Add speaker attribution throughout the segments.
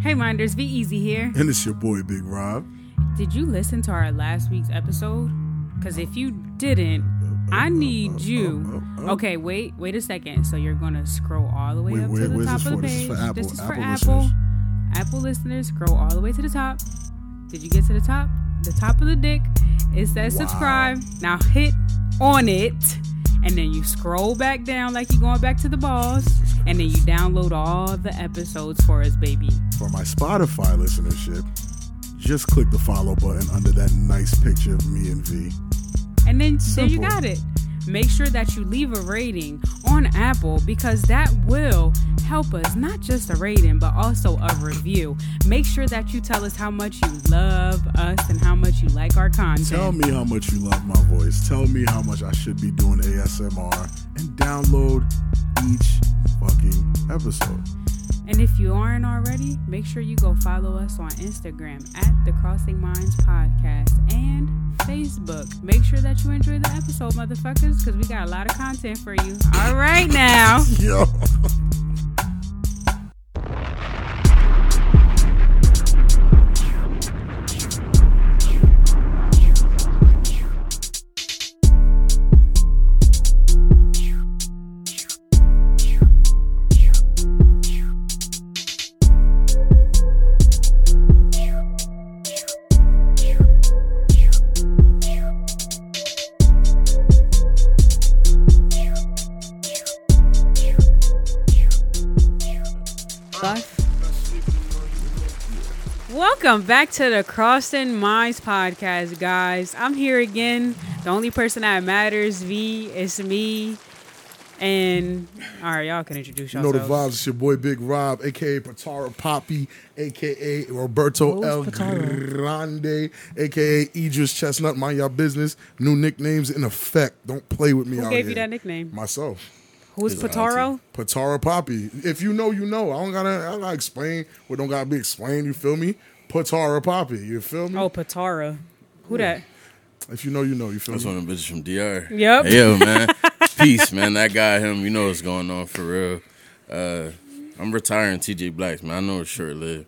Speaker 1: Hey, Minders, be easy here.
Speaker 2: And it's your boy, Big Rob.
Speaker 1: Did you listen to our last week's episode? Because if you didn't, I need you. Okay, wait, wait a second. So you're gonna scroll all the way
Speaker 2: Wait,
Speaker 1: up
Speaker 2: where-
Speaker 1: to the
Speaker 2: where's
Speaker 1: top
Speaker 2: this
Speaker 1: of the
Speaker 2: for? This is
Speaker 1: page.
Speaker 2: for Apple-
Speaker 1: This is for
Speaker 2: Apple
Speaker 1: Apple.
Speaker 2: listeners.
Speaker 1: Apple listeners, scroll all the way to the top. Did you get to the top? The top of the dick. It says
Speaker 2: Wow.
Speaker 1: subscribe. Now hit on it, and then you scroll back down like you're going back to the balls, and then you download all the episodes for us, baby.
Speaker 2: For my Spotify listenership, just click the follow button under that nice picture of me and V.
Speaker 1: And then there
Speaker 2: Simple.
Speaker 1: you got it. Make sure that you leave a rating on Apple because that will help us, not just a rating, but also a review. Make sure that you tell us how much you love us and how much you like our content.
Speaker 2: Tell me how much you love my voice. Tell me how much I should be doing ASMR and download each fucking episode.
Speaker 1: And if you aren't already, make sure you go follow us on Instagram at the Crossing Minds Podcast and Facebook. Make sure that you enjoy the episode, motherfuckers, because we got a lot of content for you. All right now.
Speaker 2: Yo.
Speaker 1: Welcome back to the Crossing Minds podcast, guys. I'm here again. The only person that matters, V, it's me. And all right, y'all can introduce
Speaker 2: You know
Speaker 1: yourselves.
Speaker 2: the vibes. It's your boy Big Rob, aka Patara Poppy, aka Roberto
Speaker 1: Who's
Speaker 2: El
Speaker 1: Patara?
Speaker 2: Grande, aka Idris Chestnut. Mind your business. New nicknames in effect. Don't play with me
Speaker 1: Who
Speaker 2: out
Speaker 1: gave
Speaker 2: here.
Speaker 1: you that nickname?
Speaker 2: Myself.
Speaker 1: Who's
Speaker 3: It's IT.
Speaker 1: Pataro?
Speaker 2: Patara Poppy. If you know, you know. I don't gotta. I don't gotta explain. What don't gotta be explained. You feel me? Patara Poppy. You feel me?
Speaker 1: Oh, Patara. Who that?
Speaker 2: If you know, you know. You feel
Speaker 3: That's
Speaker 2: me?
Speaker 3: one of the bitches from DR.
Speaker 1: Yep.
Speaker 3: Yeah, man. Peace, man. That guy, him, you know what's going on for real. Uh, I'm retiring TJ Blacks, man. I know it's short lived,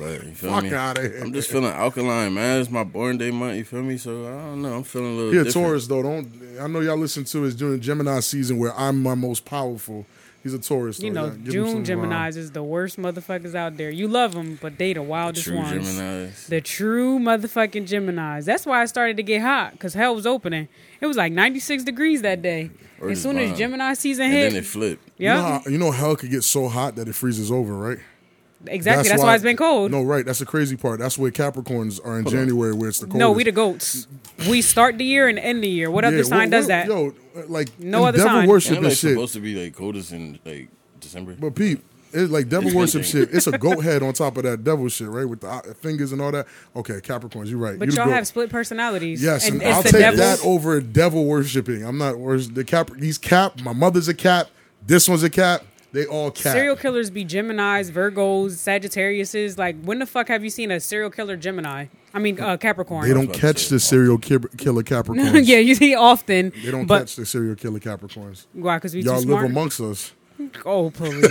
Speaker 3: but you feel
Speaker 2: Fuck
Speaker 3: me?
Speaker 2: outta here.
Speaker 3: I'm just feeling alkaline, man. It's my born day month, you feel me? So I don't know. I'm feeling a little
Speaker 2: Here,
Speaker 3: different.
Speaker 2: Taurus though. Don't. I know y'all listen to is during Gemini season where I'm my most powerful. He's a Taurus.
Speaker 1: You know,
Speaker 2: though. Yeah, give him
Speaker 1: June
Speaker 2: some uh, love.
Speaker 1: Geminis is the worst motherfuckers out there. You love them, but they the wildest
Speaker 3: True
Speaker 1: ones.
Speaker 3: Geminis.
Speaker 1: The true motherfucking Geminis. That's why I started to get hot because hell was opening. It was like 96 degrees that day.
Speaker 3: Or
Speaker 1: as
Speaker 3: just
Speaker 1: soon as
Speaker 3: mine.
Speaker 1: Gemini season
Speaker 3: And
Speaker 1: hit,
Speaker 3: then it flipped.
Speaker 2: You
Speaker 1: yep,
Speaker 2: know, how- you know hell could get so hot that it freezes over, right?
Speaker 1: exactly. That's, why, it's been cold.
Speaker 2: No, right. That's the crazy part. That's where Capricorns are in January, where it's the coldest.
Speaker 1: No, we the goats. We start the year and end the year. What
Speaker 2: Yeah,
Speaker 1: other sign
Speaker 2: what-
Speaker 1: does
Speaker 2: what-
Speaker 1: that?
Speaker 2: Yo, like
Speaker 1: No
Speaker 2: in
Speaker 1: other
Speaker 2: devil
Speaker 1: sign.
Speaker 2: worship
Speaker 3: And
Speaker 2: and
Speaker 3: it's like
Speaker 2: shit.
Speaker 3: supposed to be like coldest in like December.
Speaker 2: But Pete, it's like devil
Speaker 3: It's
Speaker 2: worship
Speaker 3: been-
Speaker 2: shit. It's a goat head on top of that devil shit, right? With the eye- fingers and all that. Okay, Capricorns, you're right.
Speaker 1: but
Speaker 2: you the
Speaker 1: y'all
Speaker 2: goat.
Speaker 1: have split personalities.
Speaker 2: Yes, and,
Speaker 1: it's
Speaker 2: I'll
Speaker 1: the
Speaker 2: take
Speaker 1: devil.
Speaker 2: that over devil worshiping. I'm not wors- the cap. These cap. My mother's a cap. This one's a cap. They all cap.
Speaker 1: Serial killers be Gemini's, Virgos, Sagittariuses. Like, when the fuck have you seen a serial killer Gemini? I mean, uh, Capricorn.
Speaker 2: they don't
Speaker 3: That's what I'm
Speaker 2: catch
Speaker 3: saying.
Speaker 2: the serial ki- killer Capricorns.
Speaker 1: yeah, you see often.
Speaker 2: They don't
Speaker 1: but,
Speaker 2: catch the serial killer Capricorns.
Speaker 1: Why? Because we
Speaker 2: Y'all
Speaker 1: too
Speaker 2: live
Speaker 1: smart.
Speaker 2: amongst us.
Speaker 1: oh, please,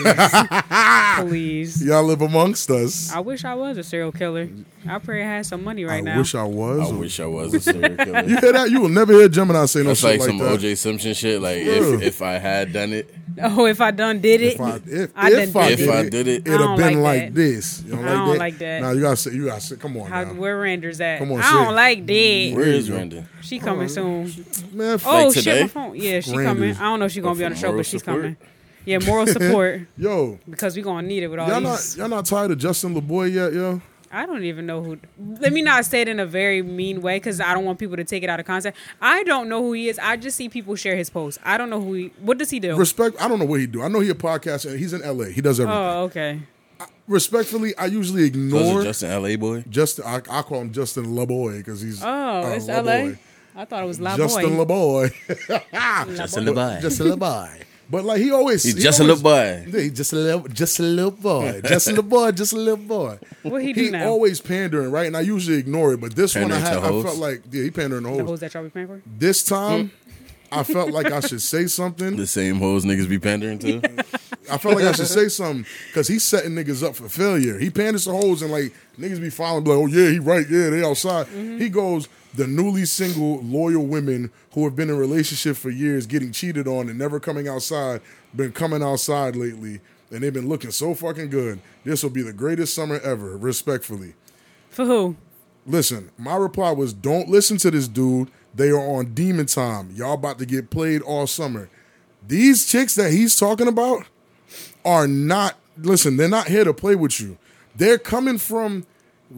Speaker 1: please.
Speaker 2: Y'all live amongst us.
Speaker 1: I wish I was a serial killer. I pray I had some money right
Speaker 2: I
Speaker 1: now.
Speaker 2: wish I was.
Speaker 3: I wish I was a serial killer.
Speaker 2: you hear that? You will never hear Gemini say no
Speaker 3: That's
Speaker 2: shit
Speaker 3: like
Speaker 2: like,
Speaker 3: some
Speaker 2: that.
Speaker 3: OJ Simpson shit. Like
Speaker 2: True.
Speaker 3: if, if I had done it,
Speaker 1: oh, if I done did it,
Speaker 2: If I if,
Speaker 1: I
Speaker 2: if,
Speaker 1: done
Speaker 2: I,
Speaker 1: did
Speaker 2: did it,
Speaker 3: it. I
Speaker 2: would have
Speaker 1: don't
Speaker 2: been
Speaker 1: like
Speaker 2: like,
Speaker 1: that.
Speaker 2: this. You don't
Speaker 1: I
Speaker 2: like
Speaker 1: don't
Speaker 2: that?
Speaker 1: like that.
Speaker 2: Now you gotta say you gotta say. Come on,
Speaker 1: how,
Speaker 2: now.
Speaker 1: where Rander's at?
Speaker 2: Come on,
Speaker 1: I don't
Speaker 2: say it.
Speaker 1: like that.
Speaker 3: where is
Speaker 2: you go.
Speaker 3: Randy?
Speaker 1: She coming soon.
Speaker 2: man.
Speaker 1: Oh
Speaker 3: Like
Speaker 1: shit,
Speaker 3: today?
Speaker 1: my phone. Yeah, she
Speaker 2: Rander's.
Speaker 1: coming. I don't know if she's gonna
Speaker 3: But
Speaker 1: be on the
Speaker 3: for
Speaker 1: show,
Speaker 3: moral
Speaker 1: but she's
Speaker 3: support?
Speaker 1: coming. Yeah, moral support
Speaker 2: yo,
Speaker 1: because we gonna need it with all
Speaker 2: y'all not
Speaker 1: these.
Speaker 2: y'all not tired of Justin LeBoy yet, yo?
Speaker 1: I don't even know who. Let me not say it in a very mean way because I don't want people to take it out of context. I don't know who he is. I just see people share his posts. I don't know who he. What does he do?
Speaker 2: Respect. I don't know what he do. I know he a podcast and he's in L.A. He does everything.
Speaker 1: oh, okay.
Speaker 2: Respectfully, I usually
Speaker 3: Was
Speaker 2: ignore
Speaker 3: it Justin LA boy?
Speaker 2: Justin. I, I call him Justin LeBoy because he's
Speaker 1: Oh,
Speaker 2: uh,
Speaker 1: it's LA.
Speaker 2: LaBoy.
Speaker 1: I thought it was La
Speaker 2: Justin
Speaker 1: Boy.
Speaker 2: LeBoy.
Speaker 3: Justin LeBay.
Speaker 2: Justin LeBoy. But like he always,
Speaker 3: He's
Speaker 2: he
Speaker 3: just a
Speaker 2: always-
Speaker 3: little boy.
Speaker 2: Yeah, he just a little, just a little boy, just a little boy, just a little boy.
Speaker 1: What he do
Speaker 2: He
Speaker 1: now?
Speaker 2: always pandering, right? And I usually ignore it, but this one I
Speaker 3: Pandering
Speaker 2: had,
Speaker 3: to
Speaker 2: I
Speaker 3: hoes?
Speaker 2: felt like yeah, he pandering the
Speaker 1: the
Speaker 2: hoes.
Speaker 1: hoes Mm. that y'all be paying for?
Speaker 2: This time, I felt like I should say something.
Speaker 3: The same hoes niggas be pandering to.
Speaker 2: I felt like I should say something because he's setting niggas up for failure. He panders the holes and like niggas be following, like, oh yeah, he right, yeah, they outside. He goes, the newly single loyal women who have been in relationship for years getting cheated on and never coming outside, been coming outside lately, and they've been looking so fucking good. This will be the greatest summer ever, respectfully.
Speaker 1: For who?
Speaker 2: Listen, my reply was don't listen to this dude. They are on demon time. Y'all about to get played all summer. These chicks that he's talking about are not, listen, they're not here to play with you. They're coming from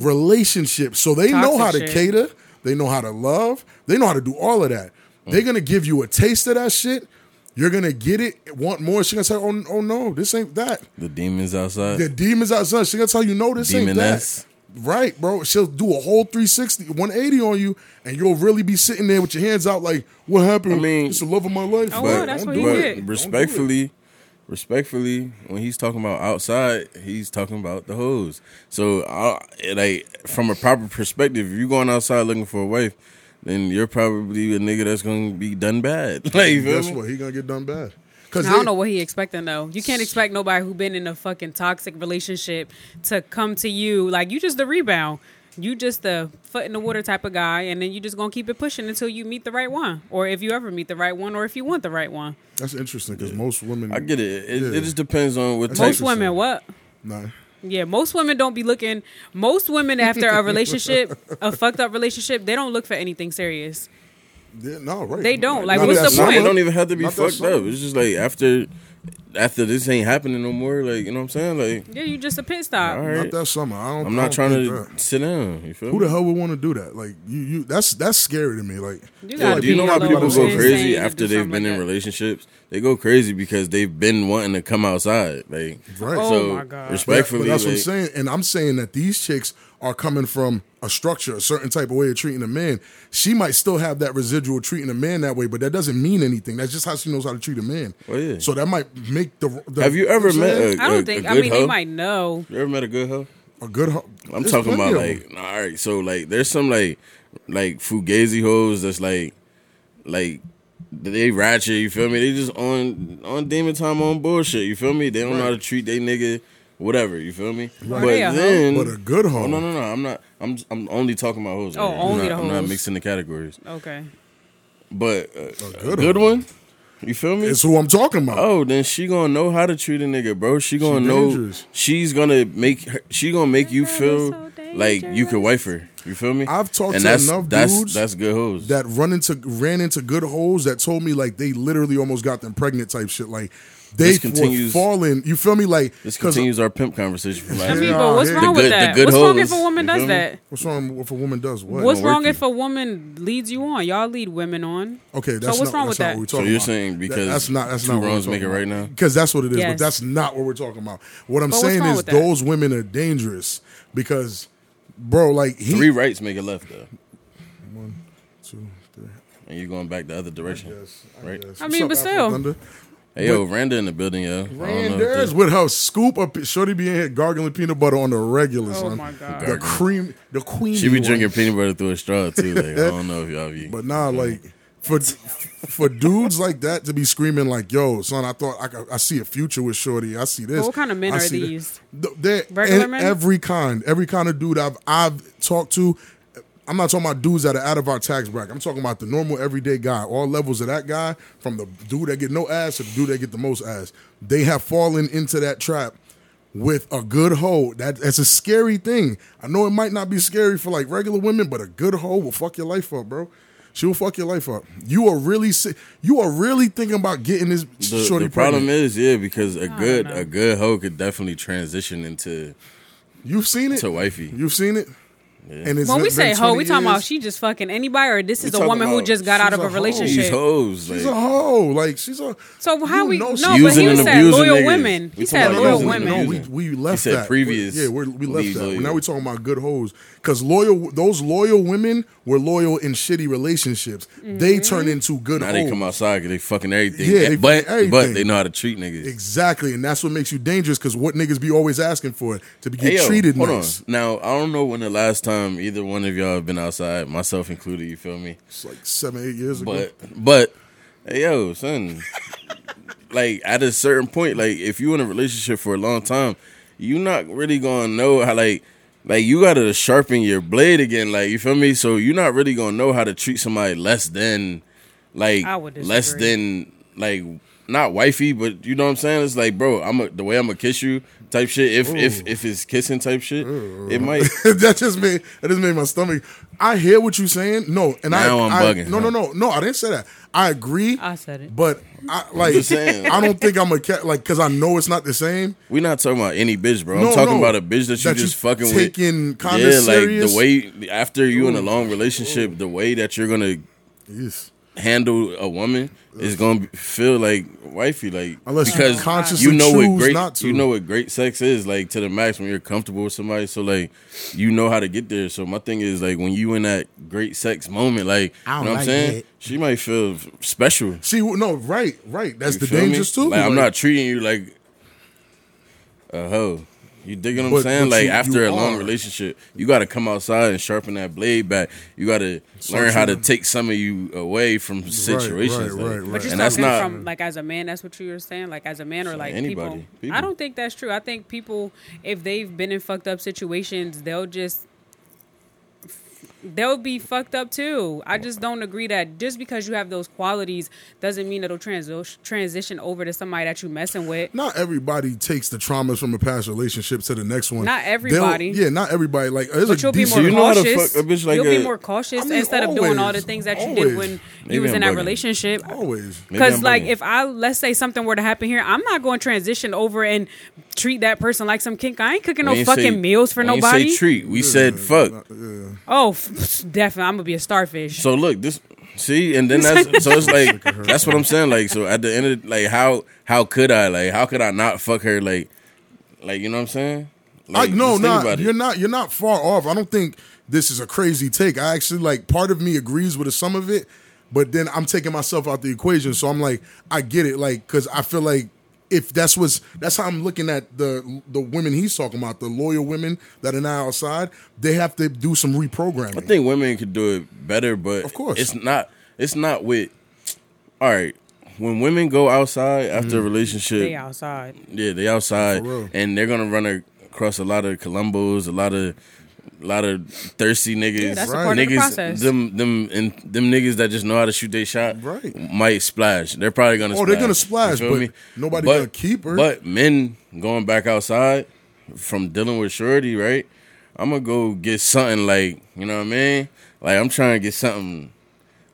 Speaker 2: relationships. So they know
Speaker 1: Toxic
Speaker 2: how to
Speaker 1: shit.
Speaker 2: cater, they know how to love, they know how to do all of that. They're going to give you a taste of that shit. You're going to get it, want more. She's going to say, oh, oh no, this ain't that.
Speaker 3: The demons outside.
Speaker 2: The demons outside. She gonna tell you no, this ain't
Speaker 3: Demoness.
Speaker 2: that. Right, bro. She'll do a whole 360, 180 on you, and you'll really be sitting there with your hands out, like, "What happened?
Speaker 3: I mean-
Speaker 2: it's the love of my life."
Speaker 1: Oh,
Speaker 2: bro.
Speaker 1: wow, that's what
Speaker 2: Don't do
Speaker 1: he
Speaker 2: it.
Speaker 1: did. Don't do
Speaker 3: but
Speaker 1: it.
Speaker 3: respectfully, respectfully, when he's talking about outside, he's talking about the hoes. So, I, like from a proper perspective, if you're going outside looking for a wife, then you're probably a nigga that's gonna be done bad. Like, you feel
Speaker 2: Guess
Speaker 3: me?
Speaker 2: what? He gonna get done bad. Cause
Speaker 1: I don't
Speaker 2: they-
Speaker 1: know what he expecting though. You can't expect nobody who been in a fucking toxic relationship to come to you like you just the rebound. You just the foot in the water type of guy, and then you just gonna keep it pushing until you meet the right one, or if you ever meet the right one, or if you want the right one.
Speaker 2: That's interesting because most women.
Speaker 3: I get it. It,
Speaker 2: Yeah.
Speaker 3: it just depends on what type.
Speaker 1: Most
Speaker 2: Interesting.
Speaker 1: women, what?
Speaker 2: Nah.
Speaker 1: Yeah, most women don't be looking. Most women after a relationship, a fucked up relationship, they don't look for anything serious.
Speaker 2: Yeah, no, right.
Speaker 1: They don't. Like,
Speaker 2: Not
Speaker 1: what's
Speaker 2: that
Speaker 1: the
Speaker 3: Nah,
Speaker 1: point?
Speaker 3: It don't even have to be
Speaker 2: Not that
Speaker 3: fucked up.
Speaker 2: summer.
Speaker 3: It's just like after, after this ain't happening no more. Like you know what I'm saying? Like
Speaker 1: Yeah, you just a pit stop.
Speaker 3: all
Speaker 2: Not
Speaker 3: right,
Speaker 2: that summer. I don't.
Speaker 3: I'm
Speaker 2: I
Speaker 3: not
Speaker 2: don't
Speaker 3: trying
Speaker 2: think
Speaker 3: to
Speaker 2: that.
Speaker 3: sit down. You feel
Speaker 2: Who
Speaker 3: me?
Speaker 2: the hell would want to do that? Like you, you. That's that's scary to me. Like
Speaker 1: You
Speaker 3: Yeah,
Speaker 1: gotta
Speaker 3: do you
Speaker 1: be
Speaker 3: know
Speaker 1: a
Speaker 3: how
Speaker 1: little
Speaker 3: people go
Speaker 1: insane
Speaker 3: crazy
Speaker 1: to do
Speaker 3: after they've
Speaker 1: something
Speaker 3: been
Speaker 1: like
Speaker 3: in
Speaker 1: that.
Speaker 3: relationships? They go crazy because they've been wanting to come outside. Like,
Speaker 2: Right.
Speaker 1: Oh
Speaker 3: so
Speaker 1: my God.
Speaker 3: respectfully,
Speaker 2: But that's what I'm
Speaker 3: like,
Speaker 2: saying. And I'm saying that these chicks are coming from a structure, a certain type of way of treating a man. She might still have that residual treating a man that way, but that doesn't mean anything. That's just how she knows how to treat a man.
Speaker 3: Well, Oh, yeah.
Speaker 2: So that might make the. the
Speaker 3: Have you ever
Speaker 2: know what I'm
Speaker 3: met
Speaker 2: saying?
Speaker 3: a,
Speaker 1: I
Speaker 3: a- a
Speaker 1: don't think. I
Speaker 3: good
Speaker 1: mean,
Speaker 3: hoe?
Speaker 1: they might know.
Speaker 3: You ever met a good hoe?
Speaker 2: a, good? hu-
Speaker 3: I'm
Speaker 2: There's
Speaker 3: talking
Speaker 2: plenty
Speaker 3: about
Speaker 2: of them.
Speaker 3: like, nah, all right. So like, there's some like, like fugazi hoes that's like, like they ratchet. You feel me? They just on on demon time on bullshit. You feel me? They don't know how to treat they nigga. Whatever you feel me, but
Speaker 1: they a hoe?
Speaker 3: then
Speaker 2: But a good hoe.
Speaker 3: Oh, no, no, no. I'm not. I'm. I'm only talking about hoes.
Speaker 1: Oh,
Speaker 3: right here.
Speaker 1: only
Speaker 3: I'm not,
Speaker 1: the
Speaker 3: I'm not
Speaker 1: hoes.
Speaker 3: mixing the categories.
Speaker 1: Okay.
Speaker 3: But uh, a
Speaker 2: good
Speaker 3: good, one. You feel me?
Speaker 2: It's who I'm talking about.
Speaker 3: oh, then she gonna know how to treat a nigga, bro. She gonna know.
Speaker 2: dangerous.
Speaker 3: She's gonna make. Her, she gonna make you
Speaker 1: That is
Speaker 3: feel
Speaker 1: so
Speaker 3: like you could
Speaker 1: dangerous.
Speaker 3: wife her. You feel me?
Speaker 2: I've talked
Speaker 3: and
Speaker 2: to
Speaker 3: that's,
Speaker 2: enough
Speaker 3: that's,
Speaker 2: dudes
Speaker 3: That's good hoes.
Speaker 2: that run into ran into good holes that told me like they literally almost got them pregnant type shit. Like they
Speaker 3: This continues-
Speaker 2: were falling. You feel me? Like
Speaker 3: this
Speaker 2: 'cause-
Speaker 3: continues our pimp conversation from
Speaker 1: I
Speaker 3: last
Speaker 1: mean,
Speaker 3: year.
Speaker 2: Yeah,
Speaker 1: but what's
Speaker 2: yeah.
Speaker 1: wrong
Speaker 3: The
Speaker 1: with
Speaker 3: good-
Speaker 1: that?
Speaker 3: the good
Speaker 1: What's wrong if
Speaker 3: hoes,
Speaker 1: a woman
Speaker 3: you
Speaker 1: does
Speaker 3: feel me?
Speaker 1: that?
Speaker 2: What's wrong if a woman does what?
Speaker 1: What's
Speaker 3: don't work
Speaker 1: wrong
Speaker 3: here.
Speaker 1: if a woman leads you on? Y'all lead women on.
Speaker 3: Oh,
Speaker 2: Okay, that's
Speaker 1: so what's
Speaker 2: not,
Speaker 1: wrong
Speaker 2: that's
Speaker 1: with
Speaker 2: not
Speaker 1: that?
Speaker 2: what we're
Speaker 3: So
Speaker 2: talking
Speaker 3: you're
Speaker 2: about.
Speaker 3: saying
Speaker 2: That-
Speaker 3: because
Speaker 2: that's not that's
Speaker 3: two
Speaker 2: not
Speaker 3: wrongs make it right now.
Speaker 2: because that's what it is, but
Speaker 1: Yes.
Speaker 2: that's not what we're talking about. What I'm
Speaker 1: But what's
Speaker 2: saying
Speaker 1: wrong
Speaker 2: is
Speaker 1: with that?
Speaker 2: those women are dangerous because, bro, like he
Speaker 3: Three rights make a left though,
Speaker 2: two, three.
Speaker 3: and you're going back the other direction. Right.
Speaker 2: guess.
Speaker 1: I mean,
Speaker 2: What's
Speaker 1: but
Speaker 2: up,
Speaker 1: still.
Speaker 2: Alpha Thunder?
Speaker 3: Hey, yo, Randa in the building, yo. I don't know if
Speaker 2: Randers
Speaker 3: they-
Speaker 2: with her scoop up, shorty being here gargling peanut butter on the regular.
Speaker 1: Oh
Speaker 2: son.
Speaker 1: my God.
Speaker 2: the cream, the queen.
Speaker 3: She be drinking peanut butter through a straw too. Like I don't know if y'all be.
Speaker 2: But nah, like for for dudes like that to be screaming like, "Yo, son, I thought I, could- I see a future with Shorty. I see this."
Speaker 1: What kind of men
Speaker 2: I
Speaker 1: are
Speaker 2: see thi-
Speaker 1: these?
Speaker 2: Th- They're
Speaker 1: Regular
Speaker 2: e-
Speaker 1: men?
Speaker 2: every kind, every kind of dude I've I've talked to. I'm not talking about dudes that are out of our tax bracket. I'm talking about the normal everyday guy. All levels of that guy, from the dude that get no ass to the dude that get the most ass. They have fallen into that trap with a good hoe. That, that's a scary thing. I know it might not be scary for like regular women, but a good hoe will fuck your life up, bro. She will fuck your life up. You are really si- you are really thinking about getting this
Speaker 3: The,
Speaker 2: shorty
Speaker 3: the problem
Speaker 2: pregnant.
Speaker 3: is, yeah, because a good
Speaker 1: know.
Speaker 3: a good hoe could definitely transition into
Speaker 2: You've seen it.
Speaker 3: to wifey.
Speaker 2: You've seen it. And it's
Speaker 1: When we
Speaker 2: been-
Speaker 1: say
Speaker 2: been
Speaker 1: hoe, we
Speaker 2: 20
Speaker 1: talking about
Speaker 2: years.
Speaker 1: she just fucking anybody, or this
Speaker 3: We
Speaker 1: is a
Speaker 3: talking
Speaker 1: woman who
Speaker 3: about
Speaker 1: just got out
Speaker 2: she's
Speaker 1: of
Speaker 2: a
Speaker 1: a
Speaker 2: hoe.
Speaker 3: These
Speaker 1: relationship.
Speaker 3: hoes,
Speaker 2: She's
Speaker 3: like,
Speaker 2: a hoe. Like she's a.
Speaker 1: So how
Speaker 2: you
Speaker 1: we-
Speaker 2: know
Speaker 1: no,
Speaker 2: she-
Speaker 1: but
Speaker 3: using
Speaker 1: he
Speaker 3: and
Speaker 1: said
Speaker 3: abusing
Speaker 1: loyal
Speaker 3: niggas.
Speaker 1: women.
Speaker 3: We
Speaker 1: He
Speaker 3: talking
Speaker 1: said
Speaker 3: about
Speaker 1: loyal
Speaker 3: using and
Speaker 1: women.
Speaker 2: No, we,
Speaker 3: abusing.
Speaker 2: we left
Speaker 3: said
Speaker 2: that.
Speaker 3: previous
Speaker 2: We- yeah, we're, we left
Speaker 3: leaves
Speaker 2: that.
Speaker 3: loyal.
Speaker 2: Now we're talking about good hoes because loyal those loyal women were loyal in shitty relationships.
Speaker 1: Mm-hmm.
Speaker 2: They turn into good
Speaker 3: now
Speaker 2: hoes.
Speaker 3: they come outside 'cause they fucking everything.
Speaker 2: Yeah, they
Speaker 3: but
Speaker 2: fucking
Speaker 3: but
Speaker 2: everything.
Speaker 3: they know how to treat niggas.
Speaker 2: Exactly, and that's what makes you dangerous. Because what niggas be always asking for to be get
Speaker 3: Hey, yo,
Speaker 2: treated
Speaker 3: hold
Speaker 2: nice.
Speaker 3: on. Now I don't know when the last time either one of y'all have been outside, myself included. You feel me?
Speaker 2: It's like seven, eight years ago.
Speaker 3: But but hey yo, son, like at a certain point, like if you in a relationship for a long time, you're not really gonna know how like like you gotta sharpen your blade again. Like you feel me? So you're not really gonna know how to treat somebody less than like
Speaker 1: I would
Speaker 3: less than like not wifey, but you know what I'm saying? It's like, bro, I'm a, the way I'm gonna kiss you type shit. If if if it's kissing type shit, it might.
Speaker 2: that just made that just made my stomach. I hear what you're saying. No, and
Speaker 3: Now I'm
Speaker 2: I, I
Speaker 3: bugging,
Speaker 2: no no no no. I didn't say that. I agree.
Speaker 1: I said it.
Speaker 2: But I like
Speaker 3: just saying.
Speaker 2: I don't think I'm a cat like because I know it's not the same.
Speaker 3: We're not talking about any bitch, bro.
Speaker 2: No,
Speaker 3: I'm talking
Speaker 2: no.
Speaker 3: about a bitch that you
Speaker 2: That you
Speaker 3: just fucking
Speaker 2: taking
Speaker 3: with.
Speaker 2: kinda
Speaker 3: yeah, like
Speaker 2: serious.
Speaker 3: the way after you in a long relationship, the way that you're gonna
Speaker 2: Yes.
Speaker 3: handle a woman is gonna be- feel like wifey, like
Speaker 2: Unless you
Speaker 3: because
Speaker 2: consciously
Speaker 3: you know what
Speaker 2: choose
Speaker 3: great
Speaker 2: not to.
Speaker 3: you know what great sex is like to the max when you're comfortable with somebody. So like you know how to get there. So my thing is like when you in that great sex moment, like
Speaker 4: I don't
Speaker 3: you know what I'm
Speaker 4: like
Speaker 3: saying,
Speaker 4: that.
Speaker 3: she might feel special.
Speaker 2: See no right right. That's
Speaker 3: You
Speaker 2: the
Speaker 3: feel me?
Speaker 2: dangers too.
Speaker 3: Like, I'm not treating you like a hoe. You digging what
Speaker 2: But-
Speaker 3: I'm saying?
Speaker 2: but
Speaker 3: Like
Speaker 2: you-
Speaker 3: after
Speaker 2: you
Speaker 3: a long
Speaker 2: are.
Speaker 3: relationship, you got to come outside and sharpen that blade back. You got to learn how to
Speaker 2: true.
Speaker 3: take some of you away from
Speaker 2: right,
Speaker 3: situations. like-
Speaker 2: right, right.
Speaker 1: But
Speaker 2: But
Speaker 1: you're
Speaker 3: and
Speaker 1: talking
Speaker 3: that's not
Speaker 1: from like as a man. That's what you were saying. Like as a man or like
Speaker 3: anybody,
Speaker 1: people,
Speaker 3: people.
Speaker 1: I don't think that's true. I think people, if they've been in fucked up situations, they'll just they'll be fucked up too. I just don't agree that just because you have those qualities doesn't mean it'll transi- transition over to somebody that you messing with.
Speaker 2: Not everybody takes the traumas from a past relationship to the next one.
Speaker 1: Not
Speaker 2: They'll-
Speaker 1: everybody.
Speaker 2: yeah, not everybody. Like, there's
Speaker 1: But
Speaker 2: a
Speaker 1: you'll be
Speaker 2: decent-
Speaker 1: more
Speaker 3: you know how to
Speaker 1: cautious.
Speaker 3: fuck a bitch like
Speaker 1: you'll
Speaker 3: a-
Speaker 1: be more cautious
Speaker 2: I mean,
Speaker 1: instead of doing all the
Speaker 2: always,
Speaker 1: things that you
Speaker 2: always.
Speaker 1: did when
Speaker 3: Maybe
Speaker 1: you was
Speaker 3: I'm
Speaker 1: in that
Speaker 3: bugging.
Speaker 1: relationship.
Speaker 2: always.
Speaker 3: Maybe
Speaker 1: Because
Speaker 3: I'm
Speaker 1: like
Speaker 3: bugging.
Speaker 1: if I let's say something were to happen here, I'm not going to transition over and treat that person like some kink. I ain't cooking
Speaker 3: we
Speaker 1: no
Speaker 3: ain't
Speaker 1: fucking
Speaker 3: say-
Speaker 1: meals for
Speaker 3: we ain't
Speaker 1: nobody.
Speaker 3: Say treat. We said fuck.
Speaker 2: Yeah.
Speaker 1: Oh, f- definitely, I'm gonna be a starfish.
Speaker 3: So look, this see, and then that's so it's like that's what I'm saying. Like so, at the end of like how how could I like how could I not fuck her like like you know what I'm saying?
Speaker 2: I,
Speaker 3: Like,
Speaker 2: no,
Speaker 3: just think
Speaker 2: not
Speaker 3: about it.
Speaker 2: you're not you're not far off. I don't think this is a crazy take. I actually like part of me agrees with some of it, but then I'm taking myself out the equation. So I'm like, I get it, like because I feel like if that's what's that's how I'm looking at the the women he's talking about, the loyal women that are now outside, they have to do some reprogramming.
Speaker 3: I think women could do it better, but
Speaker 2: Of course.
Speaker 3: it's not. It's not with. All right, when women go outside after a relationship,
Speaker 1: Stay outside.
Speaker 3: yeah, they outside,
Speaker 2: For real.
Speaker 3: and they're gonna run across a lot of Columbos, a lot of, a lot of thirsty niggas,
Speaker 1: that's
Speaker 2: a Right. part
Speaker 1: of the
Speaker 3: niggas,
Speaker 1: process.
Speaker 3: them, them, and them niggas that just know how to shoot their shot,
Speaker 2: Right.
Speaker 3: Might splash. They're probably gonna.
Speaker 2: Oh,
Speaker 3: splash.
Speaker 2: they're gonna splash,
Speaker 3: You feel
Speaker 2: but
Speaker 3: me?
Speaker 2: nobody gonna keep her.
Speaker 3: But men going back outside from dealing with shorty, right? I'm gonna go get something like you know what I mean. Like I'm trying to get something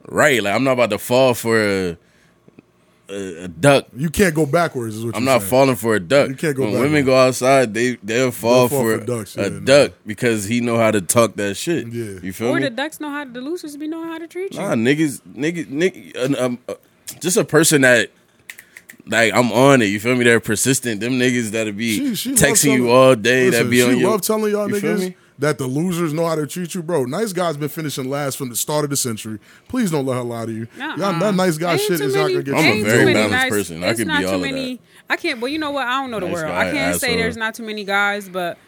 Speaker 3: right. Like I'm not about to fall for a, a, a duck.
Speaker 2: you can't go backwards. Is what
Speaker 3: I'm
Speaker 2: you're
Speaker 3: not
Speaker 2: saying.
Speaker 3: falling for a duck.
Speaker 2: You can't go
Speaker 3: when
Speaker 2: back
Speaker 3: women
Speaker 2: there.
Speaker 3: go outside, they they'll fall,
Speaker 2: fall
Speaker 3: for,
Speaker 2: for ducks,
Speaker 3: a
Speaker 2: yeah, no.
Speaker 3: duck because he know how to talk that shit.
Speaker 2: Yeah.
Speaker 3: you feel
Speaker 1: Or
Speaker 3: me?
Speaker 1: the ducks know how to, the losers be know how to treat you.
Speaker 3: Nah, niggas, niggas, niggas uh, um, uh, just a person that. Like I'm on it, you feel me? They're persistent. Them niggas that'll be
Speaker 2: She- she love
Speaker 3: texting you
Speaker 2: telling-
Speaker 3: all day.
Speaker 2: Listen,
Speaker 3: that be
Speaker 2: she
Speaker 3: on you.
Speaker 2: love telling y'all
Speaker 3: you feel
Speaker 2: niggas
Speaker 3: me?
Speaker 2: that the losers know how to treat you, bro. Nice guys been finishing last from the start of the century. Please don't let her lie to you.
Speaker 1: Nuh-uh.
Speaker 2: Y'all, that nice guy
Speaker 1: Ain't
Speaker 2: shit
Speaker 1: too
Speaker 2: is not gonna
Speaker 1: many-
Speaker 2: get
Speaker 3: I'm a
Speaker 2: you.
Speaker 1: ain't
Speaker 2: no
Speaker 1: too
Speaker 3: very
Speaker 2: deal.
Speaker 1: many
Speaker 3: balanced person. I
Speaker 1: it's
Speaker 3: could
Speaker 1: not
Speaker 3: be all
Speaker 1: too
Speaker 3: of that.
Speaker 1: many. I can't. Well, you know what? I don't know the
Speaker 3: Nice
Speaker 1: world.
Speaker 3: guy,
Speaker 1: I can't say
Speaker 3: asshole.
Speaker 1: there's not too many guys, but